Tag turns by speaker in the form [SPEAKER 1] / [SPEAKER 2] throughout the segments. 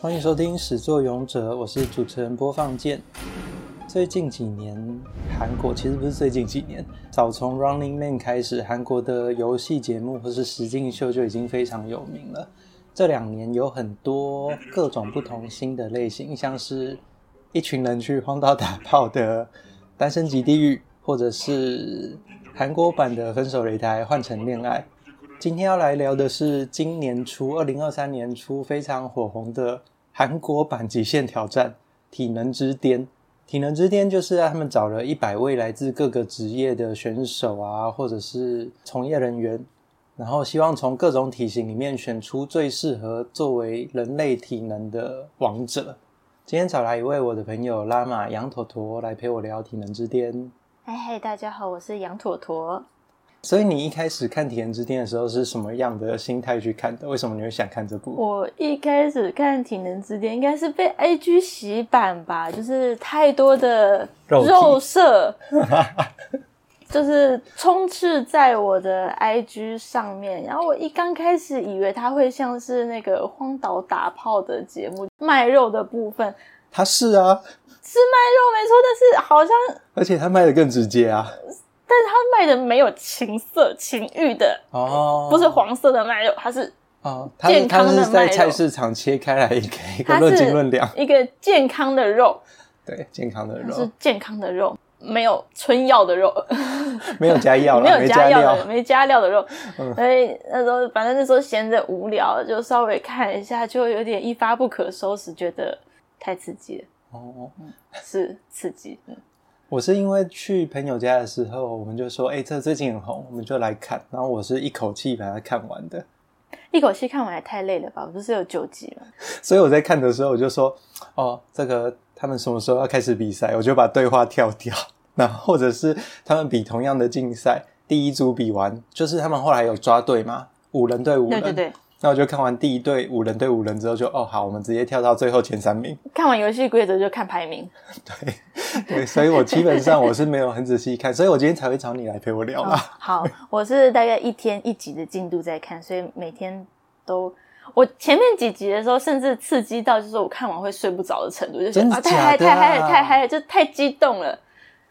[SPEAKER 1] 欢迎收听《始作俑者》，我是主持人播放键。最近几年，韩国其实不是最近几年，早从《Running Man》开始，韩国的游戏节目或是实境秀就已经非常有名了。这两年有很多各种不同新的类型，像是一群人去荒岛打炮的《单身级地狱》，或者是韩国版的《分手擂台》换成恋爱。今天要来聊的是今年初，二零二三年初非常火红的韩国版《极限挑战》体能之巅。体能之巅就是啊他们找了一百位来自各个职业的选手啊，或者是从业人员，然后希望从各种体型里面选出最适合作为人类体能的王者。今天找来一位我的朋友拉玛羊坨坨来陪我聊体能之巅。
[SPEAKER 2] 嗨嗨，大家好，我是羊坨坨。
[SPEAKER 1] 所以你一开始看《体能之巅》的时候是什么样的心态去看的？为什么你会想看这部？
[SPEAKER 2] 我一开始看《体能之巅》，应该是被 IG 洗版吧，就是太多的
[SPEAKER 1] 肉体
[SPEAKER 2] 肉 色，就是充斥在我的 IG 上面。然后我一刚开始以为它会像是那个荒岛打炮的节目，卖肉的部分
[SPEAKER 1] 他是啊，
[SPEAKER 2] 是卖肉没错，但是好像，
[SPEAKER 1] 而且他卖的更直接啊。
[SPEAKER 2] 但是它卖的没有情色情欲的，
[SPEAKER 1] 哦，
[SPEAKER 2] 不是黄色的卖肉，它是
[SPEAKER 1] 哦，他是
[SPEAKER 2] 健
[SPEAKER 1] 他
[SPEAKER 2] 康的
[SPEAKER 1] 是在
[SPEAKER 2] 卖肉
[SPEAKER 1] 菜市场切开来一个一个
[SPEAKER 2] 它
[SPEAKER 1] 论斤
[SPEAKER 2] 是
[SPEAKER 1] 论两，
[SPEAKER 2] 一个健康的肉，
[SPEAKER 1] 对健康的
[SPEAKER 2] 它是
[SPEAKER 1] 肉，
[SPEAKER 2] 健康的肉，没有春药的肉，
[SPEAKER 1] 没有加药
[SPEAKER 2] 没
[SPEAKER 1] 了，
[SPEAKER 2] 有
[SPEAKER 1] 没
[SPEAKER 2] 加药的，
[SPEAKER 1] 料，
[SPEAKER 2] 没加料的肉。
[SPEAKER 1] 嗯
[SPEAKER 2] 所以那时候，反正那时候闲着无聊，就稍微看一下，就有点一发不可收拾，觉得太刺激了，
[SPEAKER 1] 哦，
[SPEAKER 2] 是刺激。嗯
[SPEAKER 1] 我是因为去朋友家的时候，我们就说，哎、这最近很红，我们就来看。然后我是一口气把它看完的，
[SPEAKER 2] 一口气看完也太累了吧？不是有九集吗？
[SPEAKER 1] 所以我在看的时候，我就说，哦，这个他们什么时候要开始比赛？我就把对话跳掉，然后或者是他们比同样的竞赛，第一组比完，就是他们后来有抓队嘛，五人对五
[SPEAKER 2] 对
[SPEAKER 1] 人，
[SPEAKER 2] 对对，
[SPEAKER 1] 那我就看完第一队五人对五人之后就，哦好，我们直接跳到最后前三名。
[SPEAKER 2] 看完游戏规则就看排名。
[SPEAKER 1] 对对，所以我基本上我是没有很仔细看，所以我今天才会找你来陪我聊
[SPEAKER 2] 哦
[SPEAKER 1] 啦。
[SPEAKER 2] 好，我是大概一天一集的进度在看，所以每天都。我前面几集的时候，甚至刺激到就是我看完会睡不着的程度，就觉
[SPEAKER 1] 真
[SPEAKER 2] 得
[SPEAKER 1] 的
[SPEAKER 2] 啊，太嗨
[SPEAKER 1] 假的啊
[SPEAKER 2] 太嗨了，太嗨了，就太激动了。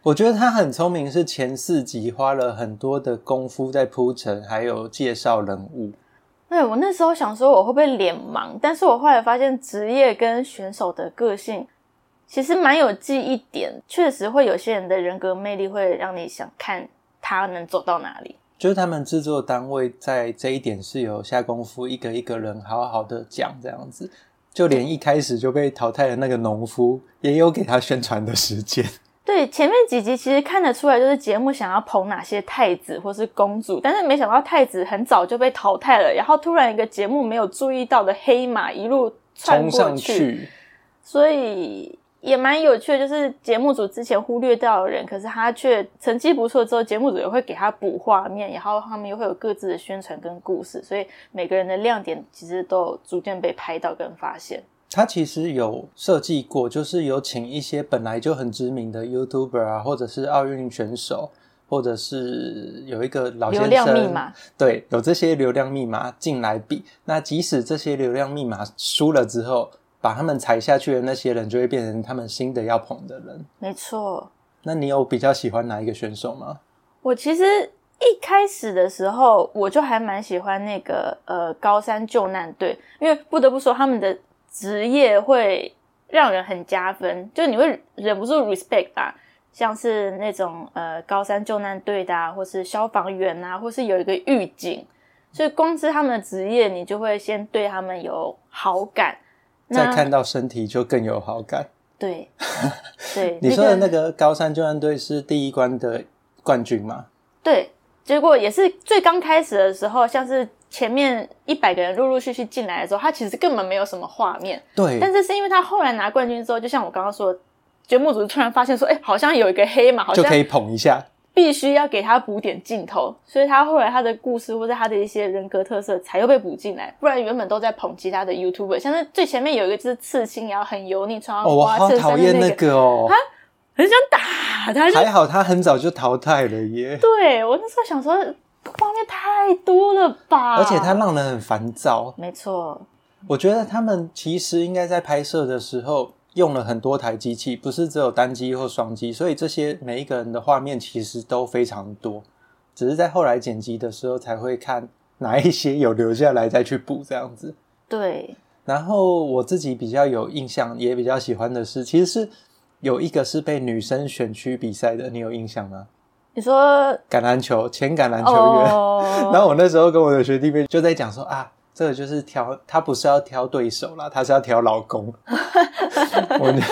[SPEAKER 1] 我觉得他很聪明，是前四集花了很多的功夫在铺陈，还有介绍人物。
[SPEAKER 2] 对我那时候想说我会不会脸盲，但是我后来发现职业跟选手的个性其实蛮有记忆点，确实会有些人的人格魅力会让你想看他能走到哪里。
[SPEAKER 1] 就是他们制作单位在这一点是有下功夫，一个一个人好好的讲这样子，就连一开始就被淘汰的那个农夫，也有给他宣传的时 间。
[SPEAKER 2] 对，前面几集其实看得出来，就是节目想要捧哪些太子或是公主，但是没想到太子很早就被淘汰了，然后突然一个节目没有注意到的黑马一路窜
[SPEAKER 1] 冲
[SPEAKER 2] 过
[SPEAKER 1] 上去，
[SPEAKER 2] 所以也蛮有趣的，就是节目组之前忽略掉的人，可是他却成绩不错之后，节目组也会给他补画面，然后他们又会有各自的宣传跟故事，所以每个人的亮点其实都有逐渐被拍到跟发现。
[SPEAKER 1] 他其实有设计过，就是有请一些本来就很知名的 YouTuber 啊，或者是奥运选手，或者是有一个老先
[SPEAKER 2] 流
[SPEAKER 1] 生，
[SPEAKER 2] 量密码，
[SPEAKER 1] 对，有这些流量密码进来比。那即使这些流量密码输了之后，把他们裁下去的那些人，就会变成他们新的要捧的人。
[SPEAKER 2] 没错，
[SPEAKER 1] 那你有比较喜欢哪一个选手吗？
[SPEAKER 2] 我其实一开始的时候，我就还蛮喜欢那个呃高山救难队，因为不得不说他们的职业会让人很加分，就你会忍不住 respect 吧。像是那种呃高山救难队的、啊，或是消防员啊，或是有一个狱警，所以光是他们的职业，你就会先对他们有好感。那
[SPEAKER 1] 再看到身体就更有好感。
[SPEAKER 2] 对对，
[SPEAKER 1] 你说的
[SPEAKER 2] 个
[SPEAKER 1] 那个高山救援队是第一关的冠军吗？
[SPEAKER 2] 对，结果也是最刚开始的时候，像是前面一百个人陆陆续续进来的时候，他其实根本没有什么画面，
[SPEAKER 1] 对，
[SPEAKER 2] 但是是因为他后来拿冠军之后，就像我刚刚说的，节目组突然发现说，哎，好像有一个黑马，好
[SPEAKER 1] 就可
[SPEAKER 2] 像
[SPEAKER 1] 以捧一下。
[SPEAKER 2] 必须要给他补点镜头，所以他后来他的故事或者他的一些人格特色才又被补进来，不然原本都在捧其他的 YouTuber，像是最前面有一个就是刺青，然后很油腻，穿
[SPEAKER 1] 哦，我
[SPEAKER 2] 花
[SPEAKER 1] 好
[SPEAKER 2] 衬
[SPEAKER 1] 讨
[SPEAKER 2] 衫
[SPEAKER 1] 厌
[SPEAKER 2] 那
[SPEAKER 1] 那个哦。
[SPEAKER 2] 很想打他，就
[SPEAKER 1] 还好他很早就淘汰了耶，
[SPEAKER 2] 对我那时候想说，画面太多了吧，
[SPEAKER 1] 啊而且他让人很烦躁。
[SPEAKER 2] 没错，
[SPEAKER 1] 我觉得他们其实应该在拍摄的时候用了很多台机器，不是只有单机或双机，所以这些每一个人的画面其实都非常多，只是在后来剪辑的时候才会看哪一些有留下来再去补这样子。
[SPEAKER 2] 对，
[SPEAKER 1] 然后我自己比较有印象，也比较喜欢的是，其实是有一个是被女生选区比赛的，你有印象吗？
[SPEAKER 2] 你说
[SPEAKER 1] 橄榄球，前橄榄球员。然
[SPEAKER 2] 哦，
[SPEAKER 1] 后我那时候跟我的学弟妹就在讲说啊，这个就是挑，他不是要挑对手啦，他是要挑老 公。我们就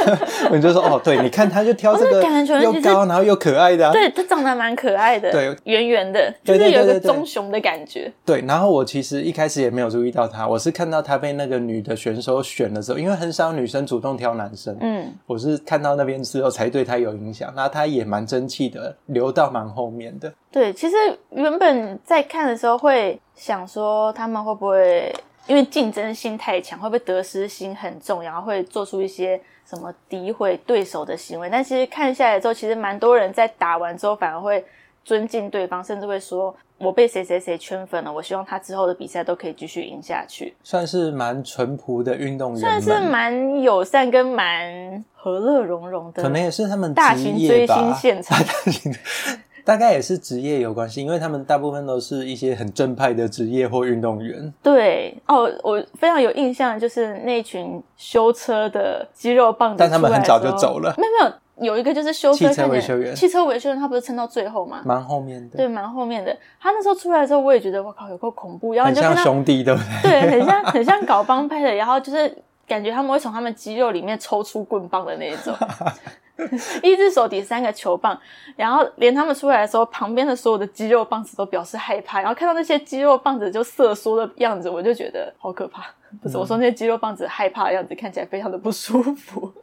[SPEAKER 1] 我们就说哦，对，你看他就挑这
[SPEAKER 2] 哦
[SPEAKER 1] 个
[SPEAKER 2] 那橄榄球员
[SPEAKER 1] 又
[SPEAKER 2] 其实
[SPEAKER 1] 高然后又可爱的、啊，
[SPEAKER 2] 对，它长得还蛮可爱的，
[SPEAKER 1] 对，
[SPEAKER 2] 圆圆的，
[SPEAKER 1] 对
[SPEAKER 2] 就是
[SPEAKER 1] 对
[SPEAKER 2] 有一
[SPEAKER 1] 对
[SPEAKER 2] 个
[SPEAKER 1] 对对
[SPEAKER 2] 棕熊的感觉。
[SPEAKER 1] 对，然后我其实一开始也没有注意到他，我是看到他被那个女的选手选的时候，因为很少女生主动挑男生，
[SPEAKER 2] 嗯，
[SPEAKER 1] 我是看到那边之后才对他有影响。那他也蛮争气的，留到蛮后面的。
[SPEAKER 2] 对，其实原本在看的时候会想说他们会不会因为竞争心太强，会不会得失心很重，然后会做出一些什么诋毁对手的行为？但其实看下来之后，其实蛮多人在打完之后反而会尊敬对方，甚至会说我被谁谁谁圈粉了，我希望他之后的比赛都可以继续赢下去，
[SPEAKER 1] 算是蛮淳朴的运动员
[SPEAKER 2] 算
[SPEAKER 1] 们，
[SPEAKER 2] 是蛮友善跟蛮和乐融融的。
[SPEAKER 1] 可能也是他们
[SPEAKER 2] 大
[SPEAKER 1] 职
[SPEAKER 2] 型
[SPEAKER 1] 业
[SPEAKER 2] 追
[SPEAKER 1] 吧
[SPEAKER 2] 星现 场
[SPEAKER 1] 大型大概也是职业有关系，因为他们大部分都是一些很正派的职业或运动 员。
[SPEAKER 2] 对哦，我非常有印象，的就是那群修车的肌肉棒子
[SPEAKER 1] 但他们
[SPEAKER 2] 出来
[SPEAKER 1] 很
[SPEAKER 2] 的时候
[SPEAKER 1] 早就走了
[SPEAKER 2] 没有没有，有一个就是修车
[SPEAKER 1] 汽车
[SPEAKER 2] 看起来
[SPEAKER 1] 维修员
[SPEAKER 2] 汽车维修员他不是撑到最后吗？
[SPEAKER 1] 蛮后面的，
[SPEAKER 2] 对，蛮后面的。他那时候出来的时候，我也觉得我靠，有够恐怖。然后
[SPEAKER 1] 很
[SPEAKER 2] 你就看
[SPEAKER 1] 像
[SPEAKER 2] 到，
[SPEAKER 1] 兄弟，对不 对？
[SPEAKER 2] 对，很像很像搞帮派的，然后就是感觉他们会从他们肌肉里面抽出棍棒的那一种， 一只手抵三个球棒，然后连他们出来的时候，旁边的所有的肌肉棒子都表示害怕，然后看到那些肌肉棒子就瑟缩的样子，我就觉得好可怕。不是我说那些肌肉棒子害怕的样子，看起来非常的不舒服。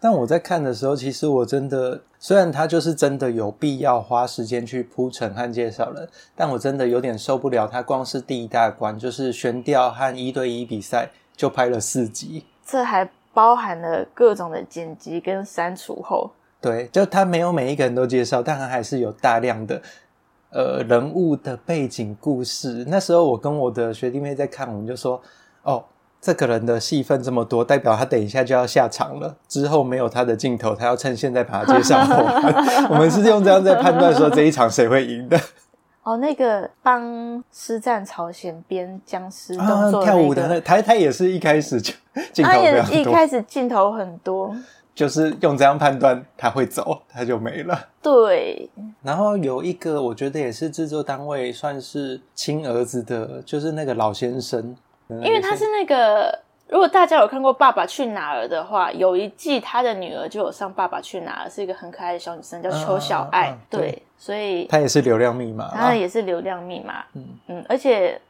[SPEAKER 1] 但我在看的时候，其实我真的，虽然他就是真的有必要花时间去铺陈和介绍人，但我真的有点受不了，他光是第一大关就是悬吊和一对一比赛就拍了四集。
[SPEAKER 2] 这还包含了各种的剪辑跟删除后，
[SPEAKER 1] 对，就他没有每一个人都介绍，但他还是有大量的呃人物的背景故事。那时候我跟我的学弟妹在看，我们就说，哦，这个人的戏份这么多，代表他等一下就要下场了，之后没有他的镜头，他要趁现在把他介绍 完。我们是用这样在判断说这一场谁会赢 的
[SPEAKER 2] 哦，那个帮师战朝鲜边僵尸动
[SPEAKER 1] 啊，
[SPEAKER 2] 作、那个
[SPEAKER 1] 跳舞的那他他也是一开始就镜
[SPEAKER 2] 他
[SPEAKER 1] 头
[SPEAKER 2] 也
[SPEAKER 1] 非常
[SPEAKER 2] 一
[SPEAKER 1] 多，
[SPEAKER 2] 开始镜头很多，
[SPEAKER 1] 就是用这样判断他会走，他就没了。
[SPEAKER 2] 对，
[SPEAKER 1] 然后有一个，我觉得也是制作单位算是亲儿子的，就是那个老先生，
[SPEAKER 2] 因为他是那个，如果大家有看过《爸爸去哪儿》的话，有一季他的女儿就有上《爸爸去哪儿》，是一个很可爱的小女生，叫邱小爱，
[SPEAKER 1] 嗯嗯嗯嗯
[SPEAKER 2] 对，
[SPEAKER 1] 对
[SPEAKER 2] 所以
[SPEAKER 1] 他也是流量密码啊
[SPEAKER 2] 她
[SPEAKER 1] 啦，
[SPEAKER 2] 也是流量密码，
[SPEAKER 1] 嗯
[SPEAKER 2] 嗯，而且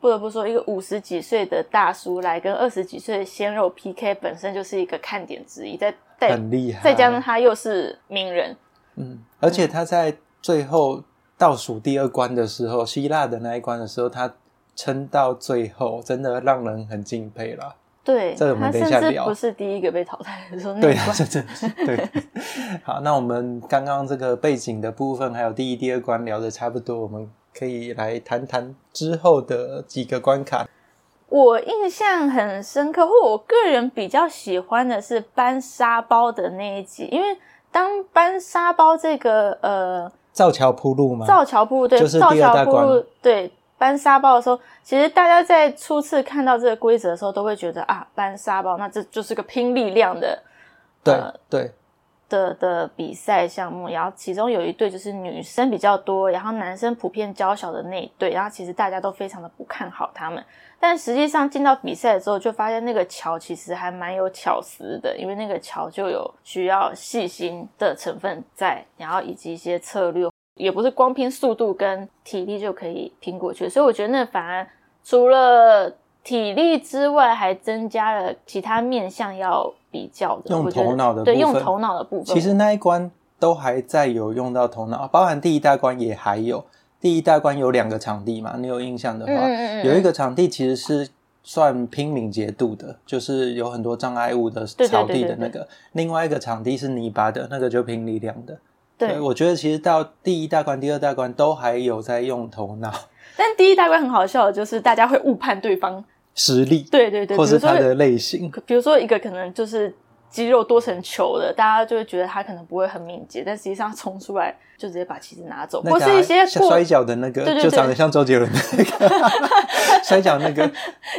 [SPEAKER 2] 不得不说，一个五十几岁的大叔来跟二十几岁的鲜肉 PK，本身就是一个看点之一，在在
[SPEAKER 1] 很厉害。
[SPEAKER 2] 再加上他又是名人，
[SPEAKER 1] 嗯，而且他在最后倒数第二关的时候，希腊的那一关的时候，他撑到最后，真的让人很敬佩啦。
[SPEAKER 2] 对，
[SPEAKER 1] 这个我们
[SPEAKER 2] 他
[SPEAKER 1] 等一
[SPEAKER 2] 甚
[SPEAKER 1] 下
[SPEAKER 2] 至
[SPEAKER 1] 聊
[SPEAKER 2] 不是第一个被淘汰的，说那
[SPEAKER 1] 对， 啊
[SPEAKER 2] 一关
[SPEAKER 1] 这真的是对。好，那我们刚刚这个背景的部分，还有第一、第二关聊的差不多，我们可以来谈谈之后的几个关卡。
[SPEAKER 2] 我印象很深刻，或我个人比较喜欢的是搬沙包的那一集，因为当搬沙包这个呃
[SPEAKER 1] 造桥铺路吗？
[SPEAKER 2] 造桥部队、
[SPEAKER 1] 啊就是
[SPEAKER 2] 造
[SPEAKER 1] 第二
[SPEAKER 2] 桥
[SPEAKER 1] 大
[SPEAKER 2] 部
[SPEAKER 1] 关
[SPEAKER 2] 队对搬沙包的时候，其实大家在初次看到这个规则的时候，都会觉得啊，搬沙包那这就是个拼力量的
[SPEAKER 1] 对、
[SPEAKER 2] 呃
[SPEAKER 1] 对，
[SPEAKER 2] 的的比赛项目，然后其中有一队就是女生比较多，然后男生普遍较小的那一队，然后其实大家都非常的不看好他们，但实际上进到比赛之后，就发现那个桥其实还蛮有巧思的，因为那个桥就有需要细心的成分在，然后以及一些策略，也不是光拼速度跟体力就可以拼过去，所以我觉得那反而除了。体力之外，还增加了其他面向要比较的，
[SPEAKER 1] 用
[SPEAKER 2] 我觉得
[SPEAKER 1] 头脑的
[SPEAKER 2] 对，
[SPEAKER 1] 部
[SPEAKER 2] 用
[SPEAKER 1] 分
[SPEAKER 2] 头脑的部分。嗯
[SPEAKER 1] 其实那一关都还在有用到头脑，啊包含第一大关也还有。第一大关有两个场地嘛，你有印象的话，
[SPEAKER 2] 嗯嗯嗯嗯
[SPEAKER 1] 有一个场地其实是算拼敏捷度的，就是有很多障碍物的
[SPEAKER 2] 对对对
[SPEAKER 1] 草地
[SPEAKER 2] 对
[SPEAKER 1] 的那个；另外一个场地是泥巴的，那个就拼力量的。
[SPEAKER 2] 对，
[SPEAKER 1] 我觉得其实到第一大关、第二大关都还有在用头脑。
[SPEAKER 2] 但第一大关很好笑，的就是大家会误判对方
[SPEAKER 1] 实力，
[SPEAKER 2] 对对对，
[SPEAKER 1] 或
[SPEAKER 2] 比
[SPEAKER 1] 是
[SPEAKER 2] 如说
[SPEAKER 1] 它的类型。
[SPEAKER 2] 可比如说一个可能就是肌肉多成球的，大家就会觉得他可能不会很敏捷，但实际上他冲出来就直接把旗子拿走，
[SPEAKER 1] 那
[SPEAKER 2] 或
[SPEAKER 1] 个
[SPEAKER 2] 是
[SPEAKER 1] 啊
[SPEAKER 2] 一些
[SPEAKER 1] 像
[SPEAKER 2] 过，
[SPEAKER 1] 摔跤的那个，
[SPEAKER 2] 对对
[SPEAKER 1] 就
[SPEAKER 2] 对
[SPEAKER 1] 长得像周杰伦的那 个 摔跤那个，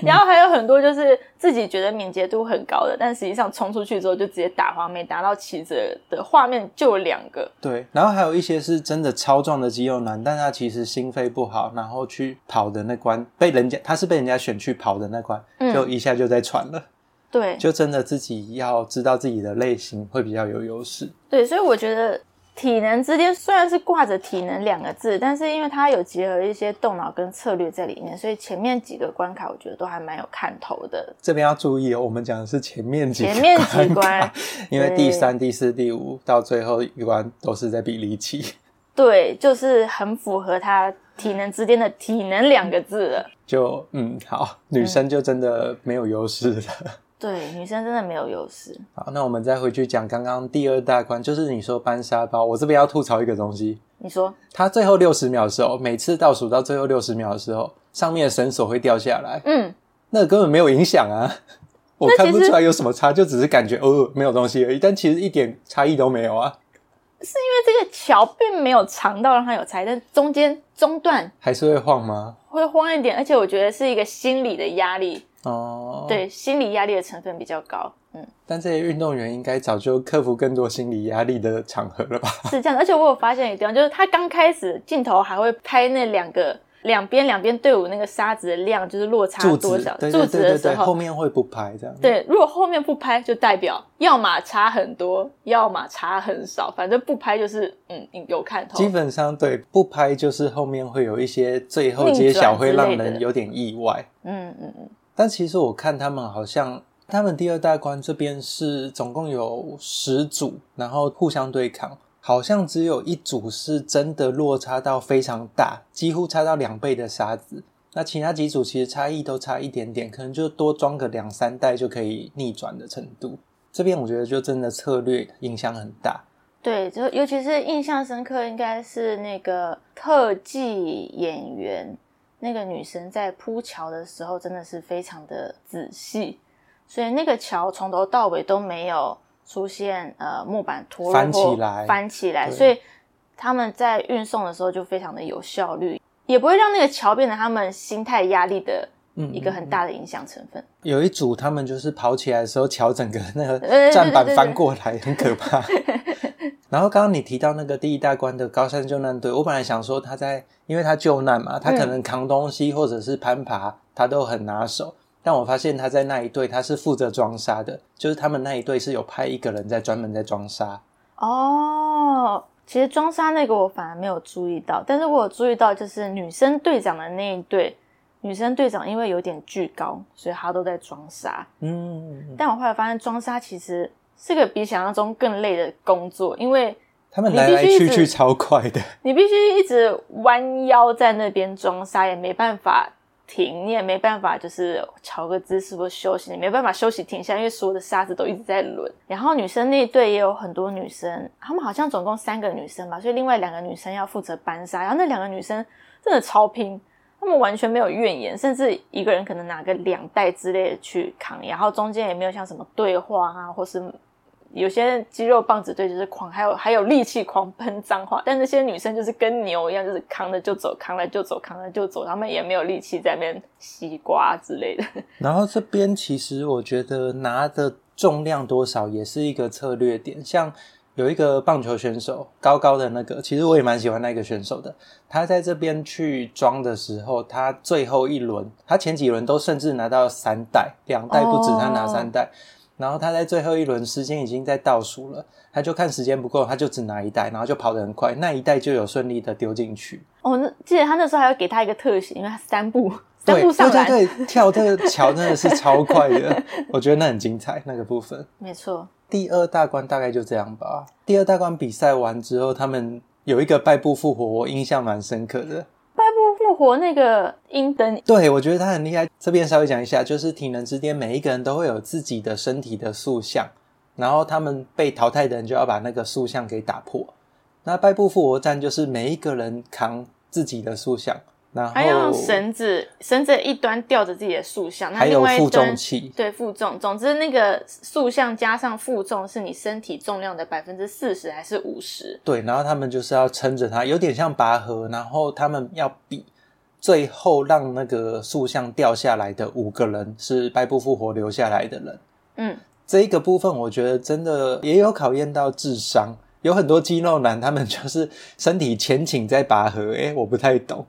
[SPEAKER 2] 然后还有很多就是自己觉得敏捷度很高的，但实际上冲出去之后就直接打滑没打到旗子的画面就有两个，
[SPEAKER 1] 对。然后还有一些是真的超壮的肌肉男，但他其实心肺不好，然后去跑的那关被人家他是被人家选去跑的那关，
[SPEAKER 2] 嗯
[SPEAKER 1] 就一下就在喘了。
[SPEAKER 2] 对
[SPEAKER 1] 就真的自己要知道自己的类型会比较有优势。
[SPEAKER 2] 对，所以我觉得体能之巅虽然是挂着体能两个字，但是因为它有结合一些动脑跟策略在里面，所以前面几个关卡我觉得都还蛮有看头的。
[SPEAKER 1] 这边要注意哦，我们讲的是前面几
[SPEAKER 2] 前面
[SPEAKER 1] 关
[SPEAKER 2] 几
[SPEAKER 1] 卡
[SPEAKER 2] 关，
[SPEAKER 1] 因为
[SPEAKER 2] 对
[SPEAKER 1] 第三、第四、第五到最后一关都是在比力气，
[SPEAKER 2] 对，就是很符合他体能之间的“体能”两个字了。
[SPEAKER 1] 就嗯好，女生就真的没有优势了。
[SPEAKER 2] 对，女生真的没有优势。
[SPEAKER 1] 好，那我们再回去讲刚刚第二大关，就是你说搬沙包，我这边要吐槽一个东西，
[SPEAKER 2] 你说，
[SPEAKER 1] 它最后六十秒的时候，每次倒数到最后六十秒的时候，上面的绳索会掉下来，
[SPEAKER 2] 嗯，
[SPEAKER 1] 那个根本没有影响啊。我
[SPEAKER 2] 那其
[SPEAKER 1] 看不
[SPEAKER 2] 实
[SPEAKER 1] 出来有什么差，就只是感觉哦没有东西而已，但其实一点差异都没有啊，
[SPEAKER 2] 因为这个桥并没有长到让它有裁，但中间中段
[SPEAKER 1] 还是会晃吗？
[SPEAKER 2] 会慌一点，而且我觉得是一个心理的压力，
[SPEAKER 1] 哦，，
[SPEAKER 2] 对，心理压力的成分比较高。嗯，
[SPEAKER 1] 但这些运动员应该早就克服更多心理压力的场合了吧？
[SPEAKER 2] 是这样的。而且我有发现一个地方，就是他刚开始镜头还会拍那两个两边两边队伍那个沙子的量，就是落差
[SPEAKER 1] 柱
[SPEAKER 2] 多
[SPEAKER 1] 子
[SPEAKER 2] 少，，
[SPEAKER 1] 对
[SPEAKER 2] 柱
[SPEAKER 1] 对
[SPEAKER 2] 子
[SPEAKER 1] 对
[SPEAKER 2] 的
[SPEAKER 1] 对
[SPEAKER 2] 时
[SPEAKER 1] 对，
[SPEAKER 2] 候
[SPEAKER 1] 后，面会不拍这样。，
[SPEAKER 2] 对，如果后面不拍，就代表要么差很多，要么差很少，反正不拍就是嗯有看头
[SPEAKER 1] 基。本上对不拍就是后面会有一些最后
[SPEAKER 2] 逆
[SPEAKER 1] 揭
[SPEAKER 2] 转
[SPEAKER 1] 晓会
[SPEAKER 2] 之
[SPEAKER 1] 让
[SPEAKER 2] 类的
[SPEAKER 1] 人有点意外，
[SPEAKER 2] 嗯嗯嗯，
[SPEAKER 1] 但其实我看他们好像。他们第二大关这边是总共有十组，然后互相对抗，好像只有一组是真的落差到非常大，几乎差到两倍的沙子。那其他几组其实差异都差一点点，可能就多装个两三袋就可以逆转的程度。这边我觉得就真的策略影响很大。
[SPEAKER 2] 对，就尤其是印象深刻，应该是那个特技演员那个女生在铺桥的时候，真的是非常的仔细，所以那个桥从头到尾都没有出现呃木板脱落
[SPEAKER 1] 翻起
[SPEAKER 2] 或
[SPEAKER 1] 来
[SPEAKER 2] 翻起来，
[SPEAKER 1] 对
[SPEAKER 2] 所以他们在运送的时候就非常的有效率，也不会让那个桥变成他们心态压力的
[SPEAKER 1] 嗯
[SPEAKER 2] 一个很大的影响成分。
[SPEAKER 1] 有一组他们就是跑起来的时候，桥整个那
[SPEAKER 2] 对
[SPEAKER 1] 个
[SPEAKER 2] 对
[SPEAKER 1] 站板
[SPEAKER 2] 呃对对
[SPEAKER 1] 翻过来， 很可 怕。然后刚刚你提到那个第一大关的高山救难队，我本来想说他在，因为他救难
[SPEAKER 2] 嗯
[SPEAKER 1] 嘛，他可能扛东西或者是攀爬，他都很拿手。但我发现他在那一队，他是负责装沙的，就是他们那一队是有派一个人在专门在装沙。
[SPEAKER 2] 哦，其实装沙那个我反而没有注意到，但是我有注意到就是女生队长的那一队，女生队长因为有点巨高，所以她都在装沙。
[SPEAKER 1] 嗯，
[SPEAKER 2] 但我后来发现装沙其实是个比想象中更累的工作，因为
[SPEAKER 1] 他们
[SPEAKER 2] 你
[SPEAKER 1] 来
[SPEAKER 2] 必
[SPEAKER 1] 来
[SPEAKER 2] 须一
[SPEAKER 1] 去
[SPEAKER 2] 直
[SPEAKER 1] 去超快的，
[SPEAKER 2] 你必须一直弯腰在那边装沙，也没办法停，你也没办法就是调个姿势或休息，你没办法休息停下，因为所有的沙子都一直在轮。然后女生那一队也有很多女生，她们好像总共三个女生吧，所以另外两个女生要负责搬沙，然后那两个女生真的超拼。她们完全没有怨言，甚至一个人可能拿个两袋之类的去扛，然后中间也没有像什么对话啊，或是有些肌肉棒子队就是狂，还有还有力气狂喷脏话，但那些女生就是跟牛一样，就是扛了就走，扛了就走，扛了就走，她们也没有力气在那边西瓜之类的。
[SPEAKER 1] 然后这边其实我觉得拿的重量多少也是一个策略点，像有一个棒球选手高高的那个，其实我也蛮喜欢那个选手的。他在这边去装的时候，他最后一轮，他前几轮都甚至拿到三袋，两袋不止，
[SPEAKER 2] 哦
[SPEAKER 1] 他拿三袋。然后他在最后一轮时间已经在倒数了，他就看时间不够，他就只拿一袋，然后就跑得很快，那一袋就有顺利的丢进去。
[SPEAKER 2] 哦，那记得她那时候还要给她一个特写，因为她三步三
[SPEAKER 1] 对
[SPEAKER 2] 步上来，
[SPEAKER 1] 对对对，跳这个桥真的是超快 的，我觉得那很精彩那个部分。
[SPEAKER 2] 没错，
[SPEAKER 1] 第二大关大概就这样吧。第二大关比赛完之后，他们有一个败部复活，我印象蛮深刻的。
[SPEAKER 2] 败部复活那个英登，
[SPEAKER 1] 对，我觉得他很厉害。这边稍微讲一下，就是体能之巅，每一个人都会有自己的身体的塑像，然后他们被淘汰的人就要把那个塑像给打破。那败部复活战就是每一个人扛自己的塑像，然后哎
[SPEAKER 2] 还要用绳子，绳子一端吊着自己的塑像，那
[SPEAKER 1] 还
[SPEAKER 2] 另
[SPEAKER 1] 有
[SPEAKER 2] 外一
[SPEAKER 1] 负
[SPEAKER 2] 端
[SPEAKER 1] 重器，
[SPEAKER 2] 对哦负重。总之，那个塑像加上负重是你身体重量的百分之四十还是五十？
[SPEAKER 1] 对，然后他们就是要撑着它，有点像拔河，然后他们要比最后让那个塑像掉下来的五个人是白布复活留下来的人。
[SPEAKER 2] 嗯，
[SPEAKER 1] 这一个部分，我觉得真的也有考验到智商。有很多肌肉男，他们就是身体前倾在拔河，诶，我不太懂。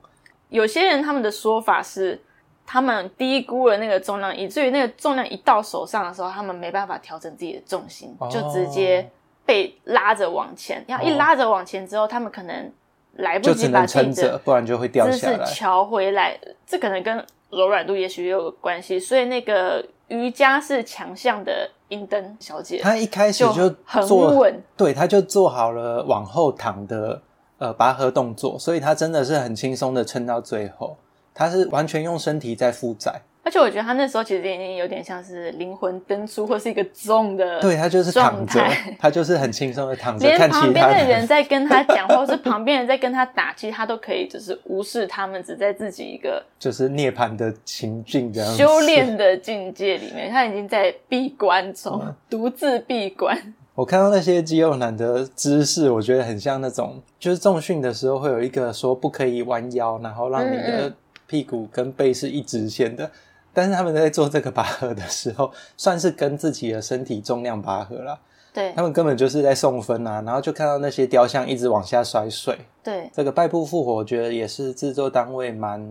[SPEAKER 2] 有些人他们的说法是，他们低估了那个重量，以至于那个重量一到手上的时候，他们没办法调整自己的重心，
[SPEAKER 1] 哦
[SPEAKER 2] 就直接被拉着往前。然后一
[SPEAKER 1] 哦
[SPEAKER 2] 拉着往前之后，他们可能来不
[SPEAKER 1] 就只
[SPEAKER 2] 及把
[SPEAKER 1] 能
[SPEAKER 2] 自己
[SPEAKER 1] 撑
[SPEAKER 2] 的
[SPEAKER 1] 着，不然就会掉
[SPEAKER 2] 姿
[SPEAKER 1] 下
[SPEAKER 2] 势
[SPEAKER 1] 来。
[SPEAKER 2] 调回来，这可能跟柔软度也许也有关系。所以那个瑜伽是强项的英登小姐，
[SPEAKER 1] 他一开始就
[SPEAKER 2] 很
[SPEAKER 1] 做，
[SPEAKER 2] 稳，
[SPEAKER 1] 对，他就做好了往后躺的呃拔河动作，所以他真的是很轻松的撑到最后。他是完全用身体在负载，
[SPEAKER 2] 而且我觉得她那时候其实已经有点像是灵魂登出或是一个重的，
[SPEAKER 1] 对他就是躺着
[SPEAKER 2] 呃状态，
[SPEAKER 1] 他就是很轻松的躺着
[SPEAKER 2] 连
[SPEAKER 1] 看
[SPEAKER 2] 旁
[SPEAKER 1] 其
[SPEAKER 2] 边
[SPEAKER 1] 他
[SPEAKER 2] 的人在跟她讲话，或是旁边人在跟她打气，她都可以就是无视他们，只在自己一个
[SPEAKER 1] 就是涅槃的情境这样子。
[SPEAKER 2] 修炼的境界里面，她已经在闭关 中
[SPEAKER 1] 嗯，
[SPEAKER 2] 独自闭关。
[SPEAKER 1] 我看到那些肌肉男的姿势，我觉得很像那种，就是重训的时候会有一个说不可以弯腰，然后让你
[SPEAKER 2] 嗯
[SPEAKER 1] 的屁股跟背是一直线的。但是他们在做这个拔河的时候，算是跟自己的身体重量拔河啦。
[SPEAKER 2] 对
[SPEAKER 1] 他们根本就是在送分啊，然后就看到那些雕像一直往下摔碎。
[SPEAKER 2] 对，
[SPEAKER 1] 这个败部复活，我觉得也是制作单位蛮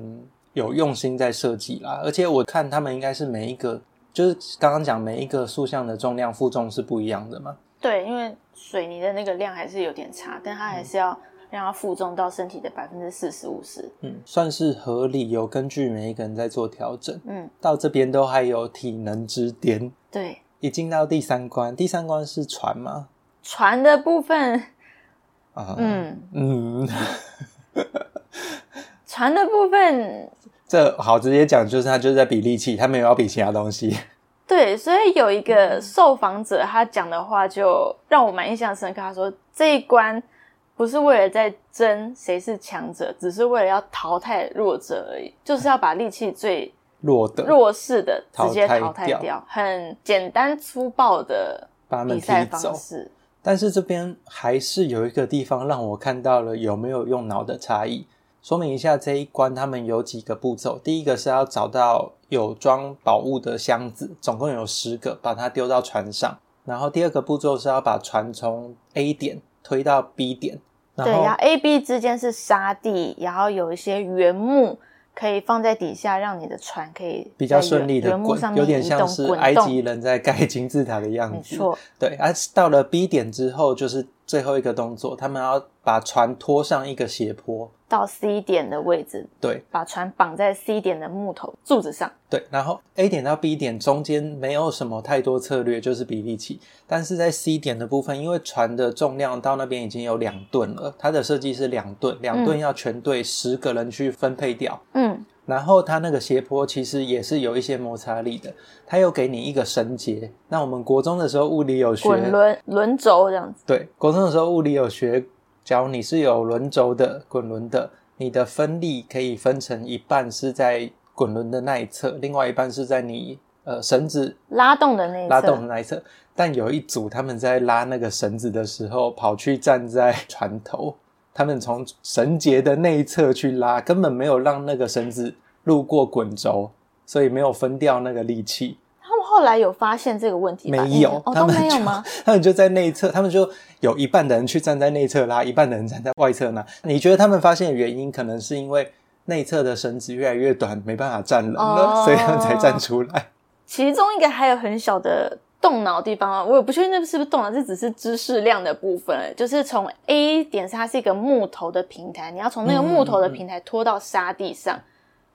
[SPEAKER 1] 有用心在设计啦。而且我看他们应该是每一个，就是刚刚讲每一个塑像的重量负重是不一样的嘛。
[SPEAKER 2] 对，因为水泥的那个量还是有点差，但它还是要让它负重到身体的百分之四十五十。
[SPEAKER 1] 嗯，算是合理，有根据每一个人在做调整。
[SPEAKER 2] 嗯，
[SPEAKER 1] 到这边都还有体能之巅，
[SPEAKER 2] 对。
[SPEAKER 1] 已经到第三关，第三关是船吗？
[SPEAKER 2] 船的部分，
[SPEAKER 1] 啊，
[SPEAKER 2] 嗯，
[SPEAKER 1] 嗯，
[SPEAKER 2] 船的部分，
[SPEAKER 1] 这好直接讲，就是他就是在比力气，他没有要比其他东西。
[SPEAKER 2] 对，所以有一
[SPEAKER 1] 嗯
[SPEAKER 2] 个受访者他讲的话就让我蛮印象深刻。他说这一关不是为了在争谁是强者，只是为了要淘汰弱者而已，就是要把力气最
[SPEAKER 1] 弱的
[SPEAKER 2] 弱势的直接
[SPEAKER 1] 淘汰
[SPEAKER 2] 淘汰
[SPEAKER 1] 掉
[SPEAKER 2] 掉，很简单粗暴的
[SPEAKER 1] 把他们
[SPEAKER 2] 比
[SPEAKER 1] 踢
[SPEAKER 2] 赛
[SPEAKER 1] 走
[SPEAKER 2] 方式。
[SPEAKER 1] 但是这边还是有一个地方让我看到了有没有用脑的差异。说明一下这一关，他们有几个步骤。第一个是要找到有装宝物的箱子，总共有十个，把它丢到船上。然后第二个步骤是要把船从 A 点推到 B 点，然
[SPEAKER 2] 对，然后
[SPEAKER 1] 后
[SPEAKER 2] A、B 之间是沙地，然后有一些原木可以放在底下，让你的船可以
[SPEAKER 1] 比较
[SPEAKER 2] 在
[SPEAKER 1] 顺利
[SPEAKER 2] 原
[SPEAKER 1] 的
[SPEAKER 2] 原木
[SPEAKER 1] 滚
[SPEAKER 2] 上，面
[SPEAKER 1] 有点
[SPEAKER 2] 移
[SPEAKER 1] 像
[SPEAKER 2] 动
[SPEAKER 1] 是
[SPEAKER 2] 滚
[SPEAKER 1] 埃
[SPEAKER 2] 动
[SPEAKER 1] 及人在盖金字塔的样子。
[SPEAKER 2] 没错，
[SPEAKER 1] 对，啊，到了 B 点之后，就是最后一个动作，他们要把船拖上一个斜坡。
[SPEAKER 2] 到 C 点的位置，
[SPEAKER 1] 对，
[SPEAKER 2] 把船绑在 C 点的木头柱子上。
[SPEAKER 1] 对，然后 A 点到 B 点中间没有什么太多策略，就是比例器。但是在 C 点的部分，因为船的重量到那边已经有两吨了，它的设计是两吨，两吨要全队十个人去分配掉。
[SPEAKER 2] 嗯，
[SPEAKER 1] 然后它那个斜坡其实也是有一些摩擦力的，它又给你一个绳结。那我们国中的时候物理有学，
[SPEAKER 2] 滚轮轮轴这样子。
[SPEAKER 1] 对，国中的时候物理有学，假如你是有轮轴的、滚轮的，你的分力可以分成一半是在滚轮的那一侧，另外一半是在你呃绳子
[SPEAKER 2] 拉动的那一侧，
[SPEAKER 1] 拉动的那一侧。但有一组他们在拉那个绳子的时候，跑去站在船头，他们从绳结的那一侧去拉，根本没有让那个绳子路过滚轴，所以没有分掉那个力气。
[SPEAKER 2] 他们后来有发现这个问题吧
[SPEAKER 1] 没有，
[SPEAKER 2] 哦，
[SPEAKER 1] 他
[SPEAKER 2] 都
[SPEAKER 1] 们
[SPEAKER 2] 没有
[SPEAKER 1] 就
[SPEAKER 2] 吗？？
[SPEAKER 1] 他们就在内侧，他们就有一半的人去站在内侧拉，一半的人站在外侧拉。你觉得他们发现的原因，可能是因为内侧的绳子越来越短，没办法站人了，
[SPEAKER 2] 哦
[SPEAKER 1] 所以他们才站出来。
[SPEAKER 2] 其中一个还有很小的动脑地方啊，我也不确定那是不是动脑，这只是知识量的部分，就是从 A 点是它是一个木头的平台，你要从那个
[SPEAKER 1] 嗯
[SPEAKER 2] 木头的平台拖到沙地上。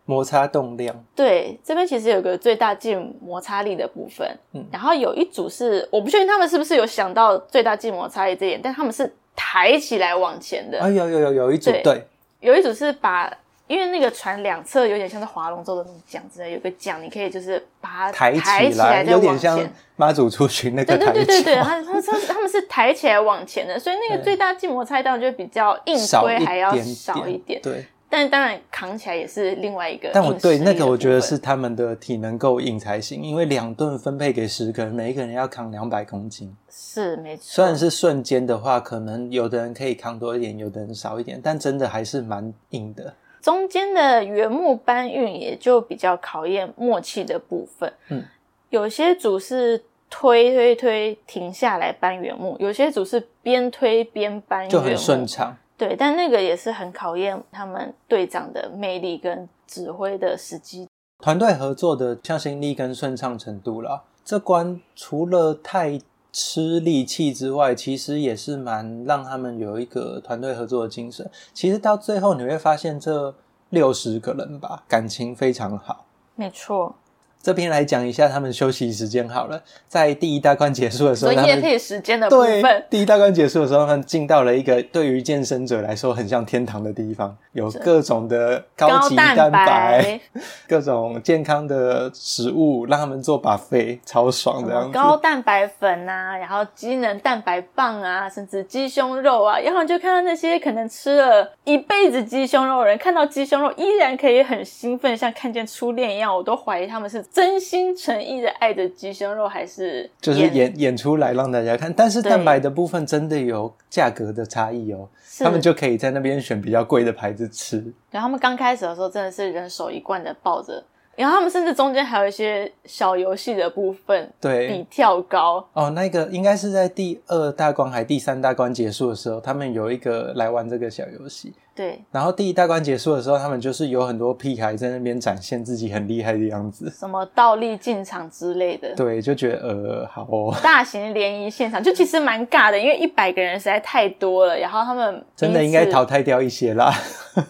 [SPEAKER 1] 摩擦动量，
[SPEAKER 2] 对，这边其实有个最大静摩擦力的部分，
[SPEAKER 1] 嗯
[SPEAKER 2] 然后有一组是我不确定他们是不是有想到最大静摩擦力这一点，但他们是抬起来往前的，
[SPEAKER 1] 啊，有有有有一组
[SPEAKER 2] 对
[SPEAKER 1] 对，
[SPEAKER 2] 有一组是把，因为那个船两侧有点像是划龙舟的那种桨之类，有个桨你可以就是把它
[SPEAKER 1] 抬
[SPEAKER 2] 抬
[SPEAKER 1] 起
[SPEAKER 2] 起来，再
[SPEAKER 1] 有点
[SPEAKER 2] 往
[SPEAKER 1] 像
[SPEAKER 2] 前。
[SPEAKER 1] 妈祖出巡那
[SPEAKER 2] 对
[SPEAKER 1] 个
[SPEAKER 2] 对
[SPEAKER 1] 抬
[SPEAKER 2] 对对对，
[SPEAKER 1] 脚，
[SPEAKER 2] 他们他们是他们是抬起来往前的，所以那个
[SPEAKER 1] 对
[SPEAKER 2] 最大静摩擦力当然就比较硬
[SPEAKER 1] 少
[SPEAKER 2] 推还要
[SPEAKER 1] 点
[SPEAKER 2] 少一点。
[SPEAKER 1] 对，
[SPEAKER 2] 但当然扛起来也是另外一个硬实
[SPEAKER 1] 但
[SPEAKER 2] 力的部
[SPEAKER 1] 我
[SPEAKER 2] 分。
[SPEAKER 1] 对那个我觉得是他们的体能够硬才行，因为两顿分配给十个人，每一个人要扛两百公斤。
[SPEAKER 2] 是没错，
[SPEAKER 1] 虽然是瞬间的话，可能有的人可以扛多一点，有的人少一点，但真的还是蛮硬的。
[SPEAKER 2] 中间的原木搬运也就比较考验默契的部分。
[SPEAKER 1] 嗯，
[SPEAKER 2] 有些组是推推推停下来搬原木，有些组是边推边搬原木，
[SPEAKER 1] 就很顺畅。
[SPEAKER 2] 对，但那个也是很考验他们队长的魅力跟指挥的时机。
[SPEAKER 1] 团队合作的向心力跟顺畅程度啦，这关除了太吃力气之外，其实也是蛮让他们有一个团队合作的精神。其实到最后你会发现，这六十个人吧，感情非常好。
[SPEAKER 2] 没错，
[SPEAKER 1] 这边来讲一下他们休息时间好了，在第一大关结束的时
[SPEAKER 2] 所
[SPEAKER 1] 候，
[SPEAKER 2] 以
[SPEAKER 1] 他
[SPEAKER 2] 业
[SPEAKER 1] 们
[SPEAKER 2] 配时间的部
[SPEAKER 1] 对
[SPEAKER 2] 分，
[SPEAKER 1] 第一大关结束的时候，他们进到了一个对于健身者来说很像天堂的地方，有各种的高级
[SPEAKER 2] 蛋
[SPEAKER 1] 蛋白、各种健康的食物，让他们做把费，超爽这
[SPEAKER 2] 什么
[SPEAKER 1] 样子。
[SPEAKER 2] 哦高蛋白粉啊，然后机能蛋白棒啊，甚至鸡胸肉啊，然后你就看到那些可能吃了一辈子鸡胸肉的人，看到鸡胸肉依然可以很兴奋，像看见初恋一样，我都怀疑他们是真心诚意的爱着鸡胸肉，还是
[SPEAKER 1] 就是演演出来让大家看，但是
[SPEAKER 2] 对
[SPEAKER 1] 蛋白的部分真的有价格的差异哦，
[SPEAKER 2] 是
[SPEAKER 1] 他们就可以在那边选比较贵的牌子吃。
[SPEAKER 2] 然后他们刚开始的时候真的是人手一罐的抱着，然后他们甚至中间还有一些小游戏的部分，
[SPEAKER 1] 对，
[SPEAKER 2] 比跳高，
[SPEAKER 1] 哦，那个应该是在第二大关还第三大关结束的时候，他们有一个来玩这个小游戏。
[SPEAKER 2] 对，
[SPEAKER 1] 然后第一大关结束的时候，他们就是有很多屁孩在那边展现自己很厉害的样子。
[SPEAKER 2] 什么倒立进场之类的，
[SPEAKER 1] 对，就觉得呃，好哦，
[SPEAKER 2] 大型联谊现场，就其实蛮尬的，因为一百个人实在太多了，然后他们
[SPEAKER 1] 真的
[SPEAKER 2] 彼
[SPEAKER 1] 应
[SPEAKER 2] 此
[SPEAKER 1] 该淘汰掉一些啦。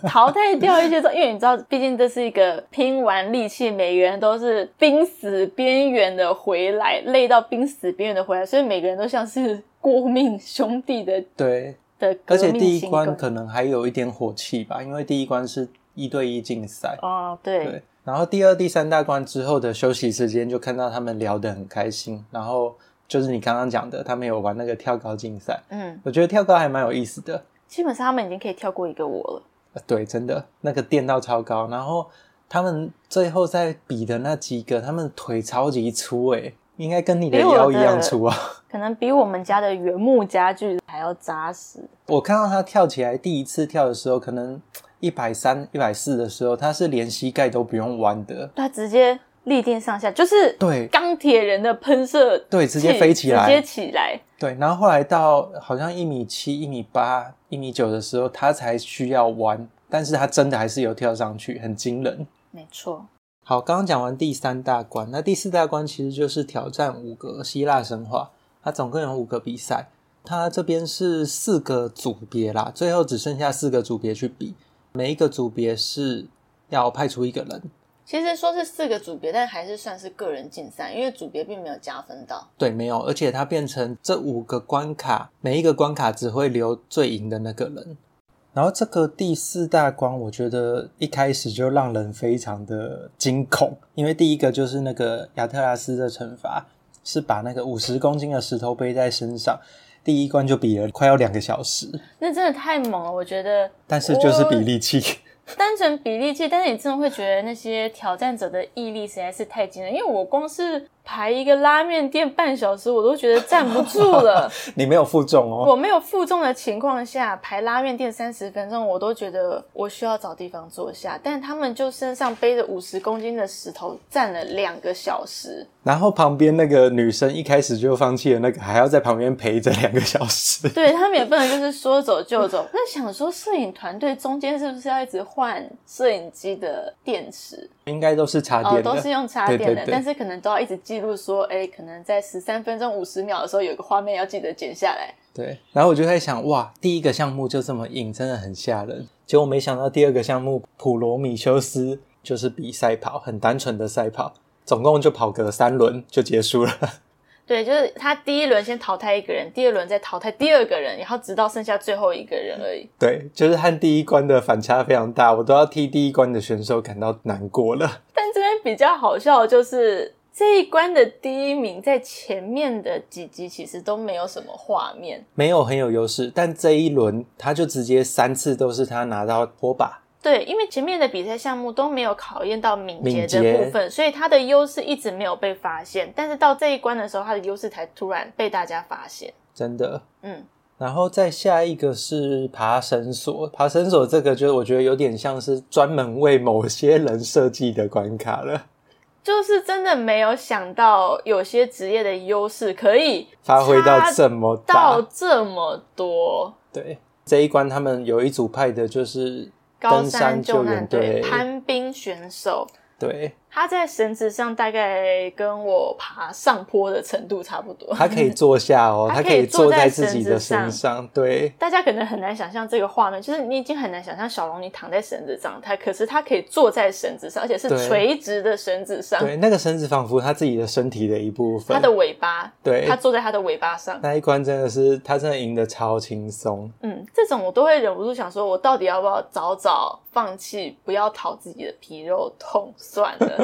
[SPEAKER 2] 淘汰掉一些之后，因为你知道，毕竟这是一个拼完力气，每个人都是濒死边缘的回来，累到濒死边缘的回来，所以每个人都像是过命兄弟的
[SPEAKER 1] 对，
[SPEAKER 2] 的革
[SPEAKER 1] 而且
[SPEAKER 2] 命
[SPEAKER 1] 第一
[SPEAKER 2] 行
[SPEAKER 1] 关
[SPEAKER 2] 动
[SPEAKER 1] 可能还有一点火气吧，因为第一关是一对一竞赛。
[SPEAKER 2] 哦，对，
[SPEAKER 1] 对，然后第二、第三大关之后的休息时间，就看到他们聊得很开心。然后就是你刚刚讲的，他们有玩那个跳高竞赛，
[SPEAKER 2] 嗯，
[SPEAKER 1] 我觉得跳高还蛮有意思的。
[SPEAKER 2] 基本上他们已经可以跳过一个我了。
[SPEAKER 1] 呃对，真的那个电到超高，然后他们最后在比的那几个，他们腿超级粗诶、应该跟你的
[SPEAKER 2] 比我的
[SPEAKER 1] 腰一样粗啊！
[SPEAKER 2] 可能比我们家的原木家具还要扎实，
[SPEAKER 1] 我看到他跳起来第一次跳的时候，可能一百三、一百四的时候，他是连膝盖都不用弯的，
[SPEAKER 2] 它直接立定上下，就是
[SPEAKER 1] 对
[SPEAKER 2] 钢铁人的喷射器，
[SPEAKER 1] 对直接飞起来
[SPEAKER 2] 直接起来，
[SPEAKER 1] 对。然后后来到好像一米七、一米八、一米九的时候，他才需要弯，但是他真的还是有跳上去，很惊人。
[SPEAKER 2] 没错，
[SPEAKER 1] 好，刚刚讲完第三大关，那第四大关其实就是挑战五个希腊神话，它总共有五个比赛，它这边是四个组别啦，最后只剩下四个组别去比，每一个组别是要派出一个人，
[SPEAKER 2] 其实说是四个组别，但还是算是个人竞赛，因为组别并没有加分到。
[SPEAKER 1] 对，没有，而且它变成这五个关卡，每一个关卡只会留最赢的那个人。然后这个第四大关，我觉得一开始就让人非常的惊恐，因为第一个就是那个亚特拉斯的惩罚，是把那个五十公斤的石头背在身上，第一关就比了快要两个小时，
[SPEAKER 2] 那真的太猛了，我觉得
[SPEAKER 1] 但是就是比力气。
[SPEAKER 2] 单纯比力气，但是你真的会觉得那些挑战者的毅力实在是太惊人，因为我光是排一个拉面店半小时，我都觉得站不住 了。
[SPEAKER 1] 你没有负重哦，
[SPEAKER 2] 我没有负重的情况下排拉面店三十分钟，我都觉得我需要找地方坐下，但他们就身上背着五十公斤的石头站了两个小时，
[SPEAKER 1] 然后旁边那个女生一开始就放弃了那个，还要在旁边陪着两个小时。
[SPEAKER 2] 对他们也不能就是说走就走。那想说摄影团队中间是不是要一直换摄影机的电池？
[SPEAKER 1] 应该都是插啊电的，
[SPEAKER 2] 哦，都是用插电的，
[SPEAKER 1] 对对对
[SPEAKER 2] 但是可能都要一直记录说，哎，可能在十三分钟五十秒的时候有个画面要记得剪下来。
[SPEAKER 1] 对，然后我就在想，哇，第一个项目就这么硬，真的很吓人。结果没想到第二个项目普罗米修斯就是比赛跑，很单纯的赛跑，总共就跑个三轮就结束了。
[SPEAKER 2] 对，就是他第一轮先淘汰一个人，第二轮再淘汰第二个人，然后直到剩下最后一个人而已。
[SPEAKER 1] 对，就是和第一关的反差非常大，我都要替第一关的选手感到难过了。
[SPEAKER 2] 但这边比较好笑的就是这一关的第一名在前面的几集其实都没有什么画面，
[SPEAKER 1] 没有很有优势，但这一轮他就直接三次都是他拿到火把，
[SPEAKER 2] 对，因为前面的比赛项目都没有考验到敏捷
[SPEAKER 1] 敏捷
[SPEAKER 2] 的部分，所以他的优势一直没有被发现。但是到这一关的时候，他的优势才突然被大家发现。
[SPEAKER 1] 真的。
[SPEAKER 2] 嗯，
[SPEAKER 1] 然后再下一个是爬绳索，爬绳索这个就我觉得有点像是专门为某些人设计的关卡了，
[SPEAKER 2] 就是真的没有想到有些职业的优势可以
[SPEAKER 1] 发挥到
[SPEAKER 2] 差
[SPEAKER 1] 这么大。
[SPEAKER 2] 到这么多。
[SPEAKER 1] 对，这一关他们有一组派的就是
[SPEAKER 2] 高
[SPEAKER 1] 登山
[SPEAKER 2] 救
[SPEAKER 1] 救
[SPEAKER 2] 难
[SPEAKER 1] 援队，
[SPEAKER 2] 队攀冰选手，
[SPEAKER 1] 对，
[SPEAKER 2] 他在绳子上大概跟我爬上坡的程度差不多。
[SPEAKER 1] 他可以坐下哦，
[SPEAKER 2] 他
[SPEAKER 1] 他
[SPEAKER 2] 可
[SPEAKER 1] 可
[SPEAKER 2] 以
[SPEAKER 1] 以
[SPEAKER 2] 坐
[SPEAKER 1] 坐
[SPEAKER 2] 在
[SPEAKER 1] 在
[SPEAKER 2] 绳
[SPEAKER 1] 自
[SPEAKER 2] 子
[SPEAKER 1] 己的身上，对，
[SPEAKER 2] 大家可能很难想象这个画面，就是你已经很难想象小龙女躺在绳子上，它可是它可以坐在绳子上，而且是
[SPEAKER 1] 对
[SPEAKER 2] 垂直的绳子上，
[SPEAKER 1] 对，那个绳子仿佛他自己的身体的一部分。
[SPEAKER 2] 它的尾巴，
[SPEAKER 1] 对
[SPEAKER 2] 它坐在它的尾巴上。
[SPEAKER 1] 那一关真的是他真的赢得超轻松，
[SPEAKER 2] 嗯，这种我都会忍不住想说，我到底要不要早早放弃，不要讨自己的皮肉痛，算了。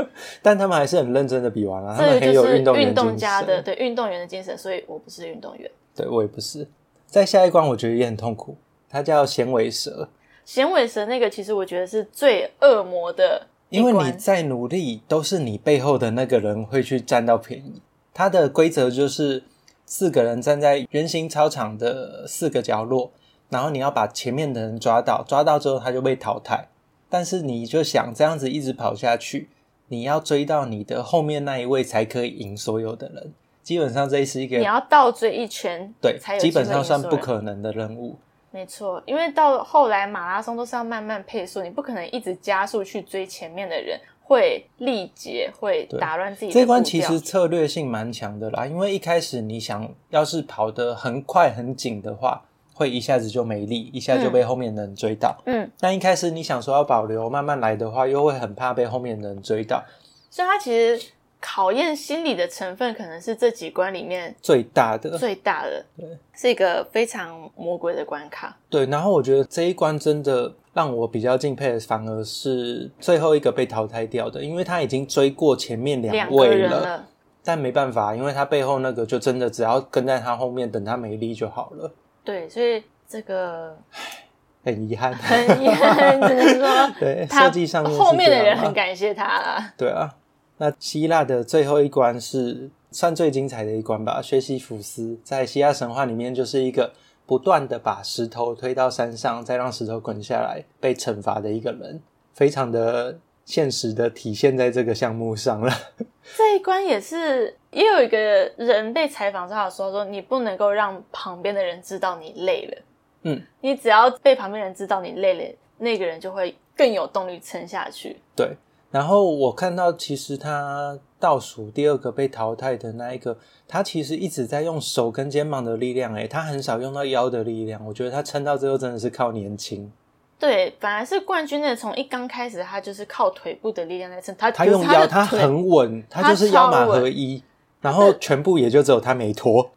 [SPEAKER 1] 但他们还是很认真的比完 了、啊，他
[SPEAKER 2] 这
[SPEAKER 1] 们很
[SPEAKER 2] 个就
[SPEAKER 1] 有
[SPEAKER 2] 是
[SPEAKER 1] 动员精
[SPEAKER 2] 运动家
[SPEAKER 1] 神
[SPEAKER 2] 的对运动员的精神，所以我不是运动员。
[SPEAKER 1] 对我也不是。在下一关，我觉得也很痛苦，它叫衔尾蛇，
[SPEAKER 2] 衔尾蛇那个，其实我觉得是最恶魔的一
[SPEAKER 1] 因为
[SPEAKER 2] 关，
[SPEAKER 1] 你再努力，都是你背后的那个人会去占到便宜。它的规则就是四个人站在圆形操场的四个角落，然后你要把前面的人抓到，抓到之后他就被淘汰。但是你就想这样子一直跑下去，你要追到你的后面那一位才可以赢所有的人。基本上这是一个
[SPEAKER 2] 你要倒追一圈，
[SPEAKER 1] 对
[SPEAKER 2] 才，有
[SPEAKER 1] 基本
[SPEAKER 2] 机会
[SPEAKER 1] 上
[SPEAKER 2] 赢
[SPEAKER 1] 算
[SPEAKER 2] 所
[SPEAKER 1] 不
[SPEAKER 2] 有人
[SPEAKER 1] 可能的任务。
[SPEAKER 2] 没错，因为到后来马拉松都是要慢慢配速，你不可能一直加速去追前面的人，会力竭，会
[SPEAKER 1] 对
[SPEAKER 2] 打乱自己的
[SPEAKER 1] 这一关
[SPEAKER 2] 步
[SPEAKER 1] 其
[SPEAKER 2] 调
[SPEAKER 1] 实策略性蛮强的啦，因为一开始你想要是跑得很快很紧的话，会一下子就没力，一下就被后面的人追到。
[SPEAKER 2] 嗯，
[SPEAKER 1] 但一开始你想说要保留，慢慢来的话，又会很怕被后面的人追到。
[SPEAKER 2] 所以它其实考验心理的成分，可能是这几关里面
[SPEAKER 1] 最大的
[SPEAKER 2] 最大的，是一个非常魔鬼的关卡。
[SPEAKER 1] 对，然后我觉得这一关真的让我比较敬佩的，反而是最后一个被淘汰掉的，因为他已经追过前面
[SPEAKER 2] 两
[SPEAKER 1] 两
[SPEAKER 2] 个
[SPEAKER 1] 位
[SPEAKER 2] 人
[SPEAKER 1] 了，但没办法，因为他背后那个就真的只要跟在他后面，等他没力就好了，
[SPEAKER 2] 对，所以这个
[SPEAKER 1] 很遗憾，
[SPEAKER 2] 很 遗憾，只能说
[SPEAKER 1] 对，
[SPEAKER 2] 他
[SPEAKER 1] 设计上面是
[SPEAKER 2] 后面的
[SPEAKER 1] 这样
[SPEAKER 2] 人
[SPEAKER 1] 啊
[SPEAKER 2] 很感谢他啦。
[SPEAKER 1] 对啊。那希腊的最后一关是算最精彩的一关吧？薛西弗斯在希腊神话里面就是一个不断的把石头推到山上，再让石头滚下来被惩罚的一个人，非常的现实的体现在这个项目上了。
[SPEAKER 2] 这一关也是，也有一个人被采访到说说，你不能够让旁边的人知道你累了。
[SPEAKER 1] 嗯，
[SPEAKER 2] 你只要被旁边人知道你累了，那个人就会更有动力撑下去。
[SPEAKER 1] 对，然后我看到其实他倒数第二个被淘汰的那一个，他其实一直在用手跟肩膀的力量、欸，诶，他很少用到腰的力量。我觉得他撑到最后真的是靠年轻，
[SPEAKER 2] 对，反而是冠军的，从一刚开始他就是靠腿部的力量在撑，他
[SPEAKER 1] 他
[SPEAKER 2] 可是
[SPEAKER 1] 用腰，
[SPEAKER 2] 他
[SPEAKER 1] 他
[SPEAKER 2] 的腿
[SPEAKER 1] 很稳，他就是腰马合一。然后全部也就只有他没脱，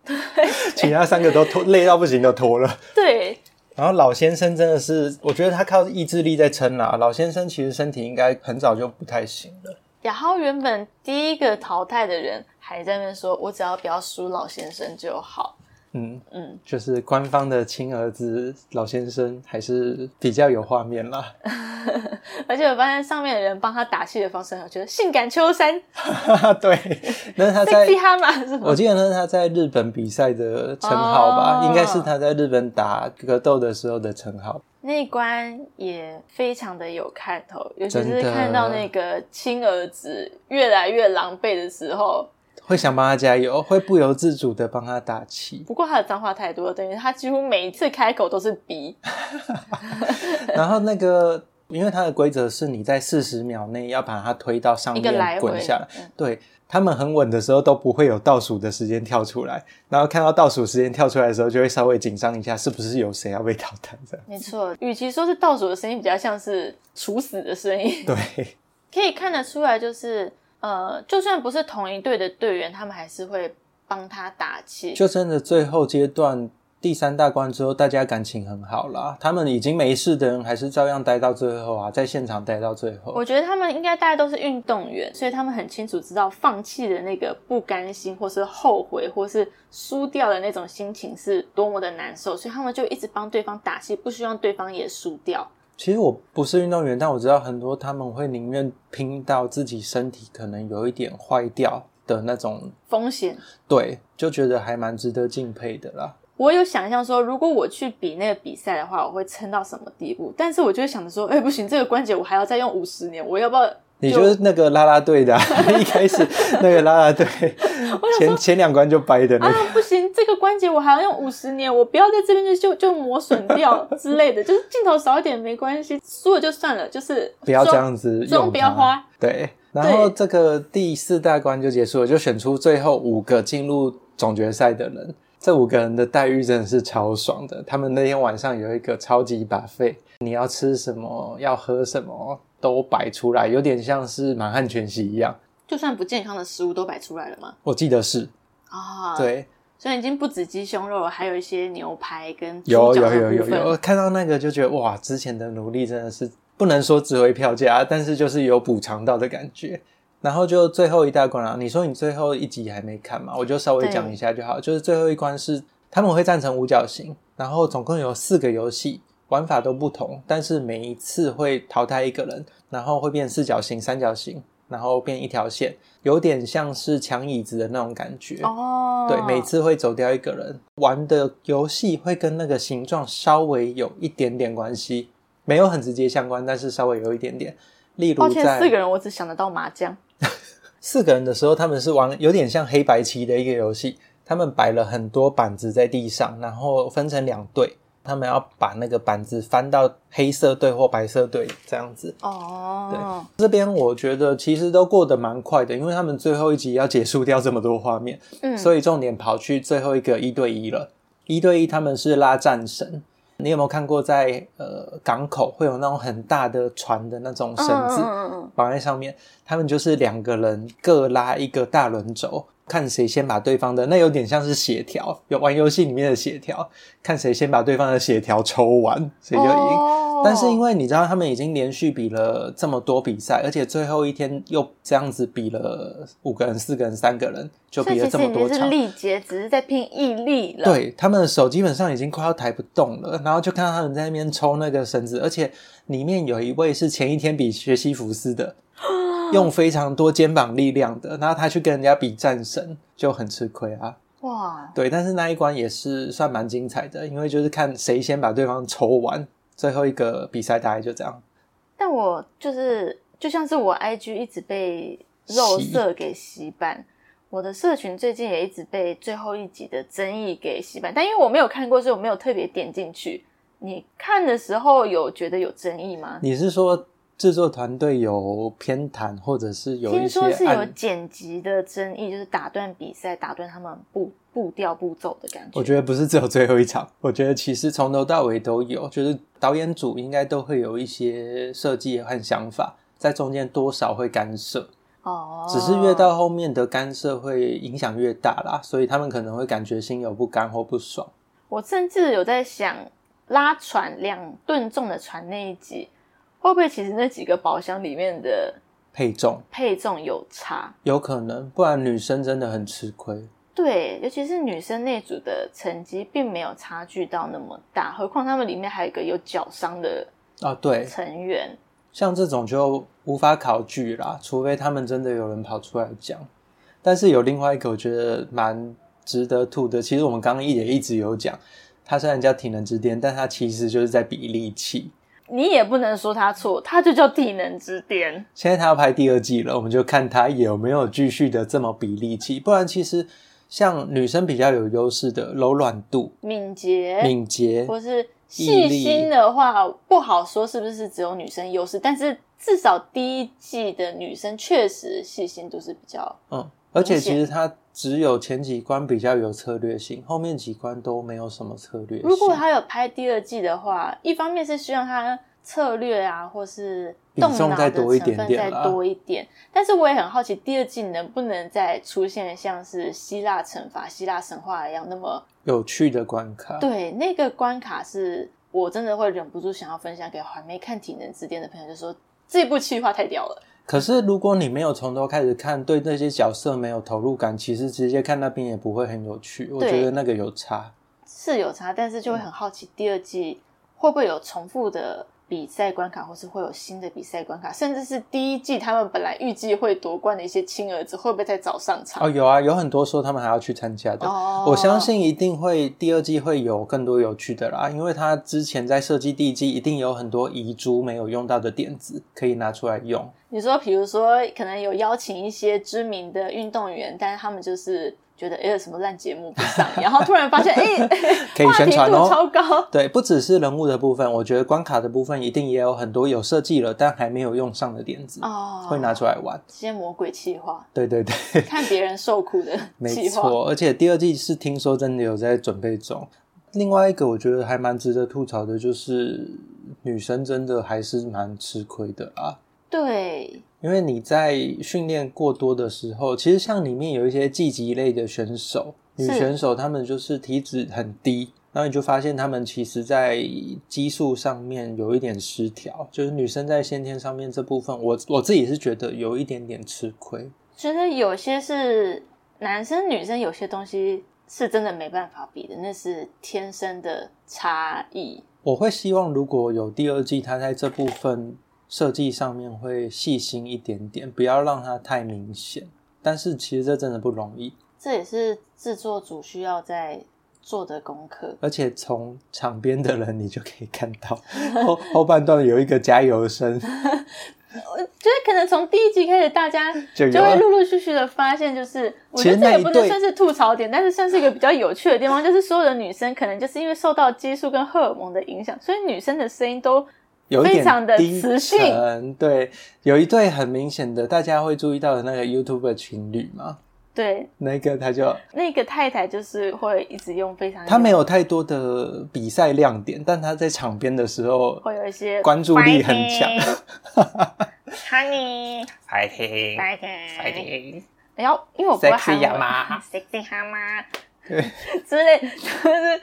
[SPEAKER 1] 其他三个都脱，累到不行都脱了。
[SPEAKER 2] 对，
[SPEAKER 1] 然后老先生真的是，我觉得他靠意志力在撑啦。老先生其实身体应该很早就不太行了。
[SPEAKER 2] 然后原本第一个淘汰的人还在那边说，我只要不要输老先生就好。
[SPEAKER 1] 嗯，
[SPEAKER 2] 嗯，
[SPEAKER 1] 就是官方的亲儿子老先生还是比较有画面 啦。
[SPEAKER 2] 而且我发现上面的人帮他打气的方式很有趣，我觉得性感秋山、
[SPEAKER 1] 对，那是他在
[SPEAKER 2] sexy 哈马什么
[SPEAKER 1] 我记得那是他在日本比赛的称号吧，
[SPEAKER 2] 哦
[SPEAKER 1] 应该是他在日本打格斗的时候的称号。
[SPEAKER 2] 那一关也非常的有看头，尤其是
[SPEAKER 1] 真的
[SPEAKER 2] 看到那个亲儿子越来越狼狈的时候。
[SPEAKER 1] 会想帮他加油，会不由自主的帮他打气。
[SPEAKER 2] 不过他的脏话太多了，等于他几乎每一次开口都是“逼
[SPEAKER 1] 然后那个，因为它的规则是你在四十秒内要把它推到上
[SPEAKER 2] 一个来
[SPEAKER 1] 面
[SPEAKER 2] 回
[SPEAKER 1] 滚下来
[SPEAKER 2] 嗯。
[SPEAKER 1] 对他们很稳的时候都不会有倒数的时间跳出来，然后看到倒数时间跳出来的时候，就会稍微紧张一下，是不是有谁要被淘汰 这样”。？
[SPEAKER 2] 没错，与其说是倒数的声音，比较像是处死的声音。
[SPEAKER 1] 对，
[SPEAKER 2] 可以看得出来，就是呃，就算不是同一队的队员，他们还是会帮他打气。
[SPEAKER 1] 就真的最后阶段第三大关之后，大家感情很好啦。他们已经没事的人，还是照样待到最后啊，在现场待到最后
[SPEAKER 2] 我。觉得他们应该大家都是运动员，所以他们很清楚知道放弃的那个不甘心，或是后悔，或是输掉的那种心情是多么的难受，所以他们就一直帮对方打气，不希望对方也输掉。
[SPEAKER 1] 其实我不是运动员，但我知道很多他们会宁愿拼到自己身体可能有一点坏掉的那种，
[SPEAKER 2] 风险。
[SPEAKER 1] 对，就觉得还蛮值得敬佩的啦。
[SPEAKER 2] 我有想象说，如果我去比那个比赛的话，我会撑到什么地步？但是我就会想着说，哎、不行，这个关节我还要再用五十年，我要不 啊要？
[SPEAKER 1] 你就是那个啦啦队的 啊、一开始那个啦啦队前前两关就掰的那
[SPEAKER 2] 啊
[SPEAKER 1] 个，，
[SPEAKER 2] 不行，这个关节我还要用五十年，我不要在这边就就就磨损掉之类的，就是镜头少一点没关系，输了就算了，就是
[SPEAKER 1] 不要这
[SPEAKER 2] 妆，
[SPEAKER 1] 样子
[SPEAKER 2] 妆
[SPEAKER 1] 用
[SPEAKER 2] 不要
[SPEAKER 1] 它
[SPEAKER 2] 花。
[SPEAKER 1] 对，然后
[SPEAKER 2] 对
[SPEAKER 1] 这个第四大关就结束了，就选出最后五个进入总决赛的人。这五个人的待遇真的是超爽的。他们那天晚上有一个超级把费，你要吃什么，要喝什么都摆出来，有点像是满汉全席一样。
[SPEAKER 2] 就算不健康的食物都摆出来了嘛。
[SPEAKER 1] 我记得是，
[SPEAKER 2] 啊，，
[SPEAKER 1] 对，
[SPEAKER 2] 所以已经不止鸡胸肉了，还有一些牛排跟猪
[SPEAKER 1] 有
[SPEAKER 2] 脚
[SPEAKER 1] 有
[SPEAKER 2] 的
[SPEAKER 1] 有有
[SPEAKER 2] 部分
[SPEAKER 1] 有，看到那个就觉得哇，之前的努力真的是不能说值回票价，但是就是有补偿到的感觉。然后就最后一大关了、你说你最后一集还没看嘛？我就稍微
[SPEAKER 2] 对
[SPEAKER 1] 讲一下就好。就是最后一关是他们会站成五角形，然后总共有四个游戏，玩法都不同，但是每一次会淘汰一个人，然后会变四角形、三角形，然后变一条线，有点像是抢椅子的那种感觉。
[SPEAKER 2] 哦，
[SPEAKER 1] 对，每次会走掉一个人。玩的游戏会跟那个形状稍微有一点点关系，没有很直接相关，但是稍微有一点点。例
[SPEAKER 2] 抱
[SPEAKER 1] 如
[SPEAKER 2] 歉，
[SPEAKER 1] 在
[SPEAKER 2] 四个人我只想得到麻将，
[SPEAKER 1] 四个人的时候，他们是玩有点像黑白棋的一个游戏，他们摆了很多板子在地上，然后分成两队，他们要把那个板子翻到黑色队或白色队这样子。
[SPEAKER 2] 哦，
[SPEAKER 1] 这边我觉得其实都过得蛮快的，因为他们最后一集要结束掉这么多画面，
[SPEAKER 2] 嗯，
[SPEAKER 1] 所
[SPEAKER 2] 以
[SPEAKER 1] 以重点跑去最后一个一对一了。一对一他们是拉战神，你有没有看过在呃港口会有那种很大的船的那种绳子
[SPEAKER 2] 嗯嗯嗯
[SPEAKER 1] 绑在上面？他们就是两个人各拉一个大轮轴，看谁先把对方的那有点像是协调，有玩游戏里面的协调，看谁先把对方的协调抽完，谁就赢。
[SPEAKER 2] 哦
[SPEAKER 1] 但是因为你知道，他们已经连续比了这么多比赛，而且最后一天又这样子比了五个人、四个人、三个人，就
[SPEAKER 2] 所
[SPEAKER 1] 比
[SPEAKER 2] 以其
[SPEAKER 1] 了
[SPEAKER 2] 实
[SPEAKER 1] 这
[SPEAKER 2] 你
[SPEAKER 1] 么多
[SPEAKER 2] 是
[SPEAKER 1] 场。
[SPEAKER 2] 力竭，只是在拼毅力了。，
[SPEAKER 1] 对，他们的手基本上已经快要抬不动了，然后就看到他们在那边抽那个绳子，而且里面有一位是前一天比学习服斯 的，用非常多肩膀力量的，然后他去跟人家比战神就很吃亏啊。
[SPEAKER 2] 哇，
[SPEAKER 1] 对，但是那一关也是算蛮精彩的，因为就是看谁先把对方抽完，最后一个比赛大概就这样。
[SPEAKER 2] 但我就是就像是我 IG 一直被肉色给洗版，我的社群最近也一直被最后一集的争议给洗版，但因为我没有看过，所以我没有特别点进去。你看的时候有觉得有争议吗？
[SPEAKER 1] 你是说制作团队有偏袒，或者是有一
[SPEAKER 2] 听
[SPEAKER 1] 些
[SPEAKER 2] 说是有
[SPEAKER 1] 暗？
[SPEAKER 2] 剪辑的争议，就是打断比赛、打断他们步步调步骤的感觉。
[SPEAKER 1] 我觉得不是只有最后一场， 我觉得其实从头到尾都有，就是导演组应该都会有一些设计和想法，在中间多少会干涉，
[SPEAKER 2] 哦，
[SPEAKER 1] 只是越到后面的干涉会影响越大啦，所以他们可能会感觉心有不甘或不爽。
[SPEAKER 2] 我甚至有在想，拉船两吨重的船那一集，会不会其实那几个宝箱里面的
[SPEAKER 1] 配重
[SPEAKER 2] 配重有差？
[SPEAKER 1] 有可能，不然女生真的很吃亏。
[SPEAKER 2] 对，尤其是女生那组的成绩并没有差距到那么大，何况他们里面还有一个有脚伤的
[SPEAKER 1] 啊，对，
[SPEAKER 2] 成员。
[SPEAKER 1] 像这种就无法考据啦，除非他们真的有人跑出来讲。但是有另外一个我觉得蛮值得吐的，其实我们刚刚也一直有讲，它虽然叫体能之巅，但它其实就是在比力气。
[SPEAKER 2] 你也不能说他错，他就叫体能之巅。
[SPEAKER 1] 现在他要拍第二季了，我们就看他有没有继续的这么比力气，不然其实像女生比较有优势的柔软度、
[SPEAKER 2] 敏捷，
[SPEAKER 1] 敏捷，
[SPEAKER 2] 或是
[SPEAKER 1] 毅
[SPEAKER 2] 细
[SPEAKER 1] 力
[SPEAKER 2] 心的话，不好说是不是只有女生优势，但是至少第一季的女生确实细心度是比较
[SPEAKER 1] 嗯，而且
[SPEAKER 2] 明显
[SPEAKER 1] 其实它只有前几关比较有策略性，后面几关都没有什么策略性。
[SPEAKER 2] 如果他有拍第二季的话，一方面是希望他策略啊，或是动脑的成分再多一点，但是我也很好奇，第二季能不能再出现像是希腊惩罚、希腊神话一样那么
[SPEAKER 1] 有趣的关卡，
[SPEAKER 2] 对那个关卡是我真的会忍不住想要分享给还没看《体能之巅》的朋友，就说这部企划太屌了。
[SPEAKER 1] 可是如果你没有从头开始看，对那些角色没有投入感，其实直接看那边也不会很有趣。我觉得那个有差。嗯
[SPEAKER 2] 是有差，但是就会很好奇第二季会不会有重复的比赛关卡，或是会有新的比赛关卡，甚至是第一季他们本来预计会夺冠的一些亲儿子，会不会再早上场？
[SPEAKER 1] 哦，有啊，有很多说他们还要去参加的。
[SPEAKER 2] 哦
[SPEAKER 1] 我相信一定会第二季会有更多有趣的啦，因为他之前在设计第一季一定有很多遗珠没有用到的点子可以拿出来用。
[SPEAKER 2] 你说，比如说，可能有邀请一些知名的运动员，但是他们就是觉得，哎，有什么烂节目不上，然后突然发现，哎，
[SPEAKER 1] 可以
[SPEAKER 2] 话
[SPEAKER 1] 宣
[SPEAKER 2] 题
[SPEAKER 1] 传
[SPEAKER 2] 度
[SPEAKER 1] 哦
[SPEAKER 2] 超高。
[SPEAKER 1] 对，不只是人物的部分，我觉得关卡的部分一定也有很多有设计了但还没有用上的点子，
[SPEAKER 2] 哦，
[SPEAKER 1] 会拿出来玩。
[SPEAKER 2] 这些魔鬼气话，
[SPEAKER 1] 对对对，
[SPEAKER 2] 看别人受苦的
[SPEAKER 1] 没
[SPEAKER 2] 气话。
[SPEAKER 1] 错，而且第二季是听说真的有在准备中。另外一个我觉得还蛮值得吐槽的，就是女生真的还是蛮吃亏的啊。
[SPEAKER 2] 对，
[SPEAKER 1] 因为你在训练过多的时候，其实像里面有一些技击类的选手，女
[SPEAKER 2] 是
[SPEAKER 1] 选手她们就是体脂很低，然后你就发现她们其实在激素上面有一点失调，就是女生在先天上面这部分，我我自己是觉得有一点点吃亏。
[SPEAKER 2] 觉得有些是男生女生有些东西是真的没办法比的，那是天生的差异。
[SPEAKER 1] 我会希望如果有第二季，它在这部分设计上面会细心一点点，不要让它太明显。但是其实这真的不容易，
[SPEAKER 2] 这也是制作组需要在做的功课。
[SPEAKER 1] 而且从场边的人你就可以看 到后后半段有一个加油声，
[SPEAKER 2] 觉得可能从第一集开始，大家
[SPEAKER 1] 就哎有
[SPEAKER 2] 就会陆陆续续的发现，就是我觉
[SPEAKER 1] 其
[SPEAKER 2] 得
[SPEAKER 1] 实那
[SPEAKER 2] 这也
[SPEAKER 1] 一
[SPEAKER 2] 不能
[SPEAKER 1] 对
[SPEAKER 2] 算是吐槽点，但是算是一个比较有趣的地方，就是所有的女生可能就是因为受到激素跟荷尔蒙的影响，所以女生的声音都
[SPEAKER 1] 有一
[SPEAKER 2] 非常
[SPEAKER 1] 点
[SPEAKER 2] 的
[SPEAKER 1] 低
[SPEAKER 2] 磁性
[SPEAKER 1] 沉。对，有一对很明显的，大家会注意到的那个 YouTube 情侣嘛，
[SPEAKER 2] 对
[SPEAKER 1] 那个他就
[SPEAKER 2] 那个太太就是会一直用非常
[SPEAKER 1] 他没有太多的比赛亮点，但他在场边的时候
[SPEAKER 2] 会有一些
[SPEAKER 1] 关注力很强。
[SPEAKER 3] Honey,
[SPEAKER 1] 白天
[SPEAKER 2] 哎
[SPEAKER 1] 哦
[SPEAKER 3] fighting,
[SPEAKER 1] 天，
[SPEAKER 2] 然后哎因为我不会韩文
[SPEAKER 1] 吗？
[SPEAKER 3] sexy hammer.
[SPEAKER 2] 之类，就是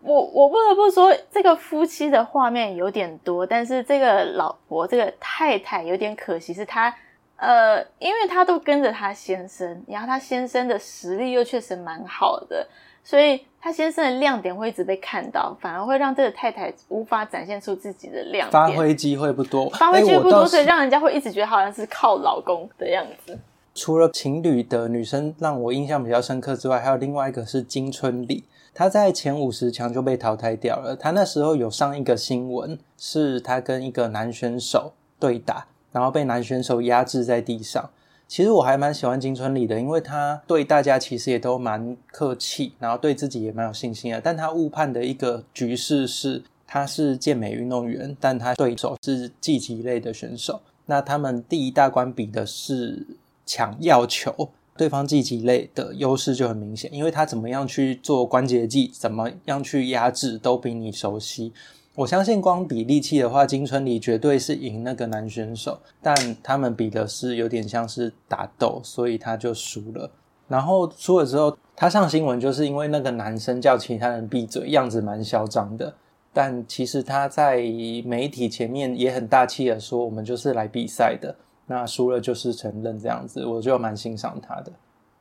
[SPEAKER 2] 我我不得不说，这个夫妻的画面有点多，但是这个老婆这个太太有点可惜，是她呃，因为她都跟着她先生，然后她先生的实力又确实蛮好的，所以她先生的亮点会一直被看到，反而会让这个太太无法展现出自己的 亮
[SPEAKER 1] 发
[SPEAKER 2] 点。
[SPEAKER 1] 挥机会不多，
[SPEAKER 2] 发挥机
[SPEAKER 1] 哎
[SPEAKER 2] 会
[SPEAKER 1] 我
[SPEAKER 2] 不
[SPEAKER 1] 倒
[SPEAKER 2] 多，
[SPEAKER 1] 是
[SPEAKER 2] 所以让人家会一直觉得好像是靠老公的样子。
[SPEAKER 1] 除了情侣的女生让我印象比较深刻之外，还有另外一个是金春丽，她在前五十强就被淘汰掉了。她那时候有上一个新闻，是她跟一个男选手对打，然后被男选手压制在地上。其实我还蛮喜欢金春丽的，因为她对大家其实也都蛮客气，然后对自己也蛮有信心的。但她误判的一个局势是，她是健美运动员，但她对手是技击类的选手。那他们第一大关比的是抢药球，对方技击类的优势就很明显，因为他怎么样去做关节技，怎么样去压制，都比你熟悉。我相信光比力气的话，金春里绝对是赢那个男选手，但他们比的是有点像是打斗，所以他就输了。然后输了之后，他上新闻就是因为那个男生叫其他人闭嘴，样子蛮嚣张的。但其实他在媒体前面也很大气的说，我们就是来比赛的，那输了就是承认这样子，我就蛮欣赏他的。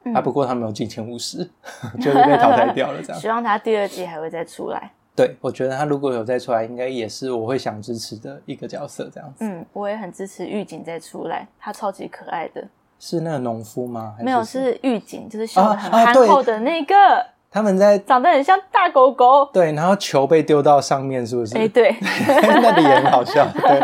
[SPEAKER 2] 嗯
[SPEAKER 1] 啊，不过他没有进前五十， 就是被淘汰掉了这样
[SPEAKER 2] 希。望他第二季还会再出来。
[SPEAKER 1] 对，我觉得他如果有再出来，应该也是我会想支持的一个角色这样子。
[SPEAKER 2] 嗯，我也很支持狱警再出来，他超级可爱的。
[SPEAKER 1] 是那个农夫吗？还
[SPEAKER 2] 没有，
[SPEAKER 1] 是
[SPEAKER 2] 是狱警，就是笑得很
[SPEAKER 1] 啊啊
[SPEAKER 2] 憨
[SPEAKER 1] 对
[SPEAKER 2] 厚的那个，
[SPEAKER 1] 他们在
[SPEAKER 2] 长得很像大狗狗。
[SPEAKER 1] 对，然后球被丢到上面，是不是？
[SPEAKER 2] 哎、对，
[SPEAKER 1] 那里也很好笑。对，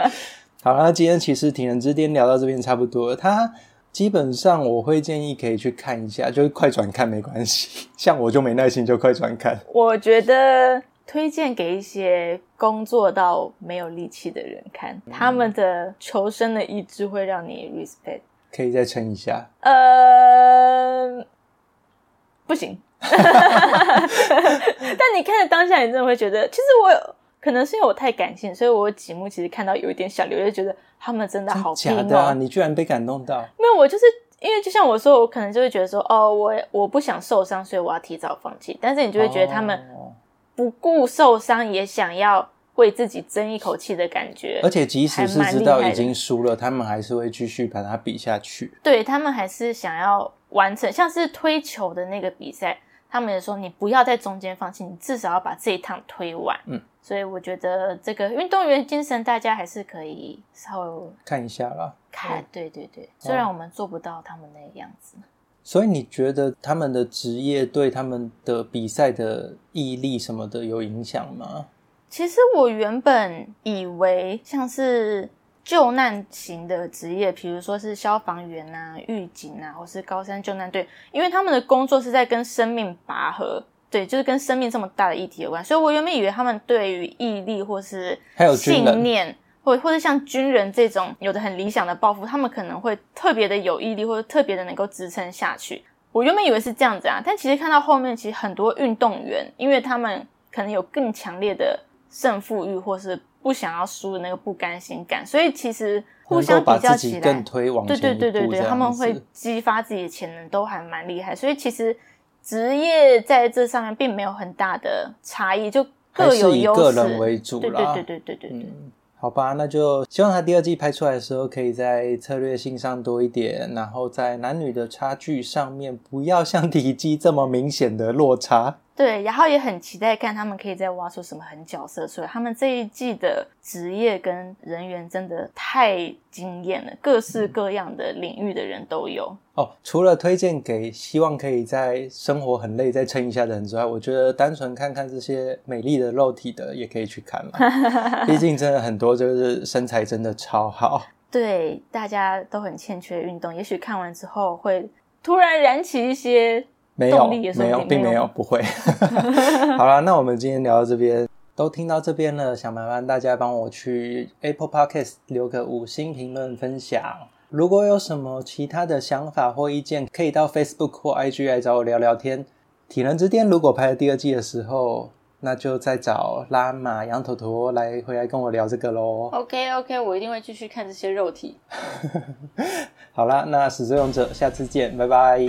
[SPEAKER 1] 好了，那今天其实《体能之巅》聊到这边差不多了。它基本上我会建议可以去看一下，就是快转看没关系。像我就没耐心，就快转看。
[SPEAKER 2] 我觉得推荐给一些工作到没有力气的人看，
[SPEAKER 1] 嗯
[SPEAKER 2] 他们的求生的意志会让你 respect。
[SPEAKER 1] 可以再撑一下，
[SPEAKER 2] 呃，不行，但你看着当下，你真的会觉得，其实我有可能是因为我太感性，所以我有几幕其实看到有一点小流，就觉得他们真的好拼
[SPEAKER 1] 假
[SPEAKER 2] 哦。
[SPEAKER 1] 的啊！你居然被感动到，
[SPEAKER 2] 没有，我就是因为就像我说，我可能就会觉得说，哦，我我不想受伤，所以我要提早放弃。但是你就会觉得他们
[SPEAKER 1] 哦
[SPEAKER 2] 不顾受伤，也想要为自己争一口气的感觉。
[SPEAKER 1] 而且即使是
[SPEAKER 2] 还蛮
[SPEAKER 1] 知
[SPEAKER 2] 厉
[SPEAKER 1] 道
[SPEAKER 2] 害
[SPEAKER 1] 已
[SPEAKER 2] 的
[SPEAKER 1] 经输了，他们还是会继续把它比下去。
[SPEAKER 2] 对他们还是想要完成，像是推球的那个比赛，他们也说你不要在中间放弃，你至少要把这一趟推完。
[SPEAKER 1] 嗯，
[SPEAKER 2] 所以我觉得这个运动员精神，大家还是可以稍微
[SPEAKER 1] 看一下啦。
[SPEAKER 2] 看。对对对，虽然我们做不到他们那个样子，
[SPEAKER 1] 所以你觉得他们的职业对他们的比赛的毅力什么的有影响吗？
[SPEAKER 2] 其实我原本以为像是救难型的职业，比如说是消防员啊、狱警啊，或是高山救难队，因为他们的工作是在跟生命拔河，对，就是跟生命这么大的议题有关，所以我原本以为他们对于毅力或是
[SPEAKER 1] 还有军
[SPEAKER 2] 信
[SPEAKER 1] 人
[SPEAKER 2] 念，或或者像军人这种有的很理想的抱负，他们可能会特别的有毅力，或者特别的能够支撑下去。我原本以为是这样子啊，但其实看到后面，其实很多运动员，因为他们可能有更强烈的胜负欲，或是不想要输的那个不甘心感，所以其实互
[SPEAKER 1] 能
[SPEAKER 2] 相
[SPEAKER 1] 够把
[SPEAKER 2] 比较
[SPEAKER 1] 自
[SPEAKER 2] 起
[SPEAKER 1] 己
[SPEAKER 2] 来，
[SPEAKER 1] 更推往前
[SPEAKER 2] 对
[SPEAKER 1] 一步这
[SPEAKER 2] 对
[SPEAKER 1] 样子，
[SPEAKER 2] 对对对，他们会激发自己的潜能，都还蛮厉害。所以其实职业在这上面并没有很大的差异，就
[SPEAKER 1] 还
[SPEAKER 2] 各有
[SPEAKER 1] 是以
[SPEAKER 2] 优
[SPEAKER 1] 个
[SPEAKER 2] 势。
[SPEAKER 1] 人为主
[SPEAKER 2] 对对
[SPEAKER 1] 啦。
[SPEAKER 2] 对对对对对，
[SPEAKER 1] 嗯，好吧，那就希望他第二季拍出来的时候，可以在策略性上多一点，然后在男女的差距上面不要像第一季这么明显的落差。
[SPEAKER 2] 对，然后也很期待看他们可以再挖出什么狠角色出来。他们这一季的职业跟人员真的太惊艳了，各式各样的领域的人都有。
[SPEAKER 1] 哦，除了推荐给希望可以在生活很累再撑一下的人之外，我觉得单纯看看这些美丽的肉体的也可以去看了，毕竟真的很多就是身材真的超好。
[SPEAKER 2] 对，大家都很欠缺运动，也许看完之后会突然燃起一些
[SPEAKER 1] 没有，
[SPEAKER 2] 动力也说
[SPEAKER 1] 没有，
[SPEAKER 2] 不定
[SPEAKER 1] 并
[SPEAKER 2] 没有
[SPEAKER 1] 没有，不 会。 好啦，那我们今天聊到这边，都听到这边了，想麻烦大家帮我去 Apple Podcast 留个五星评论分享。如果有什么其他的想法或意见，可以到 Facebook 或 IG 来找我聊聊天。体能之巅如果拍了第二季的时候，那就再找拉玛、羊头头来回来跟我聊这个喽。
[SPEAKER 2] OK OK，我一定会继续看这些肉体。
[SPEAKER 1] 好啦，那始作俑者，下次见，拜拜。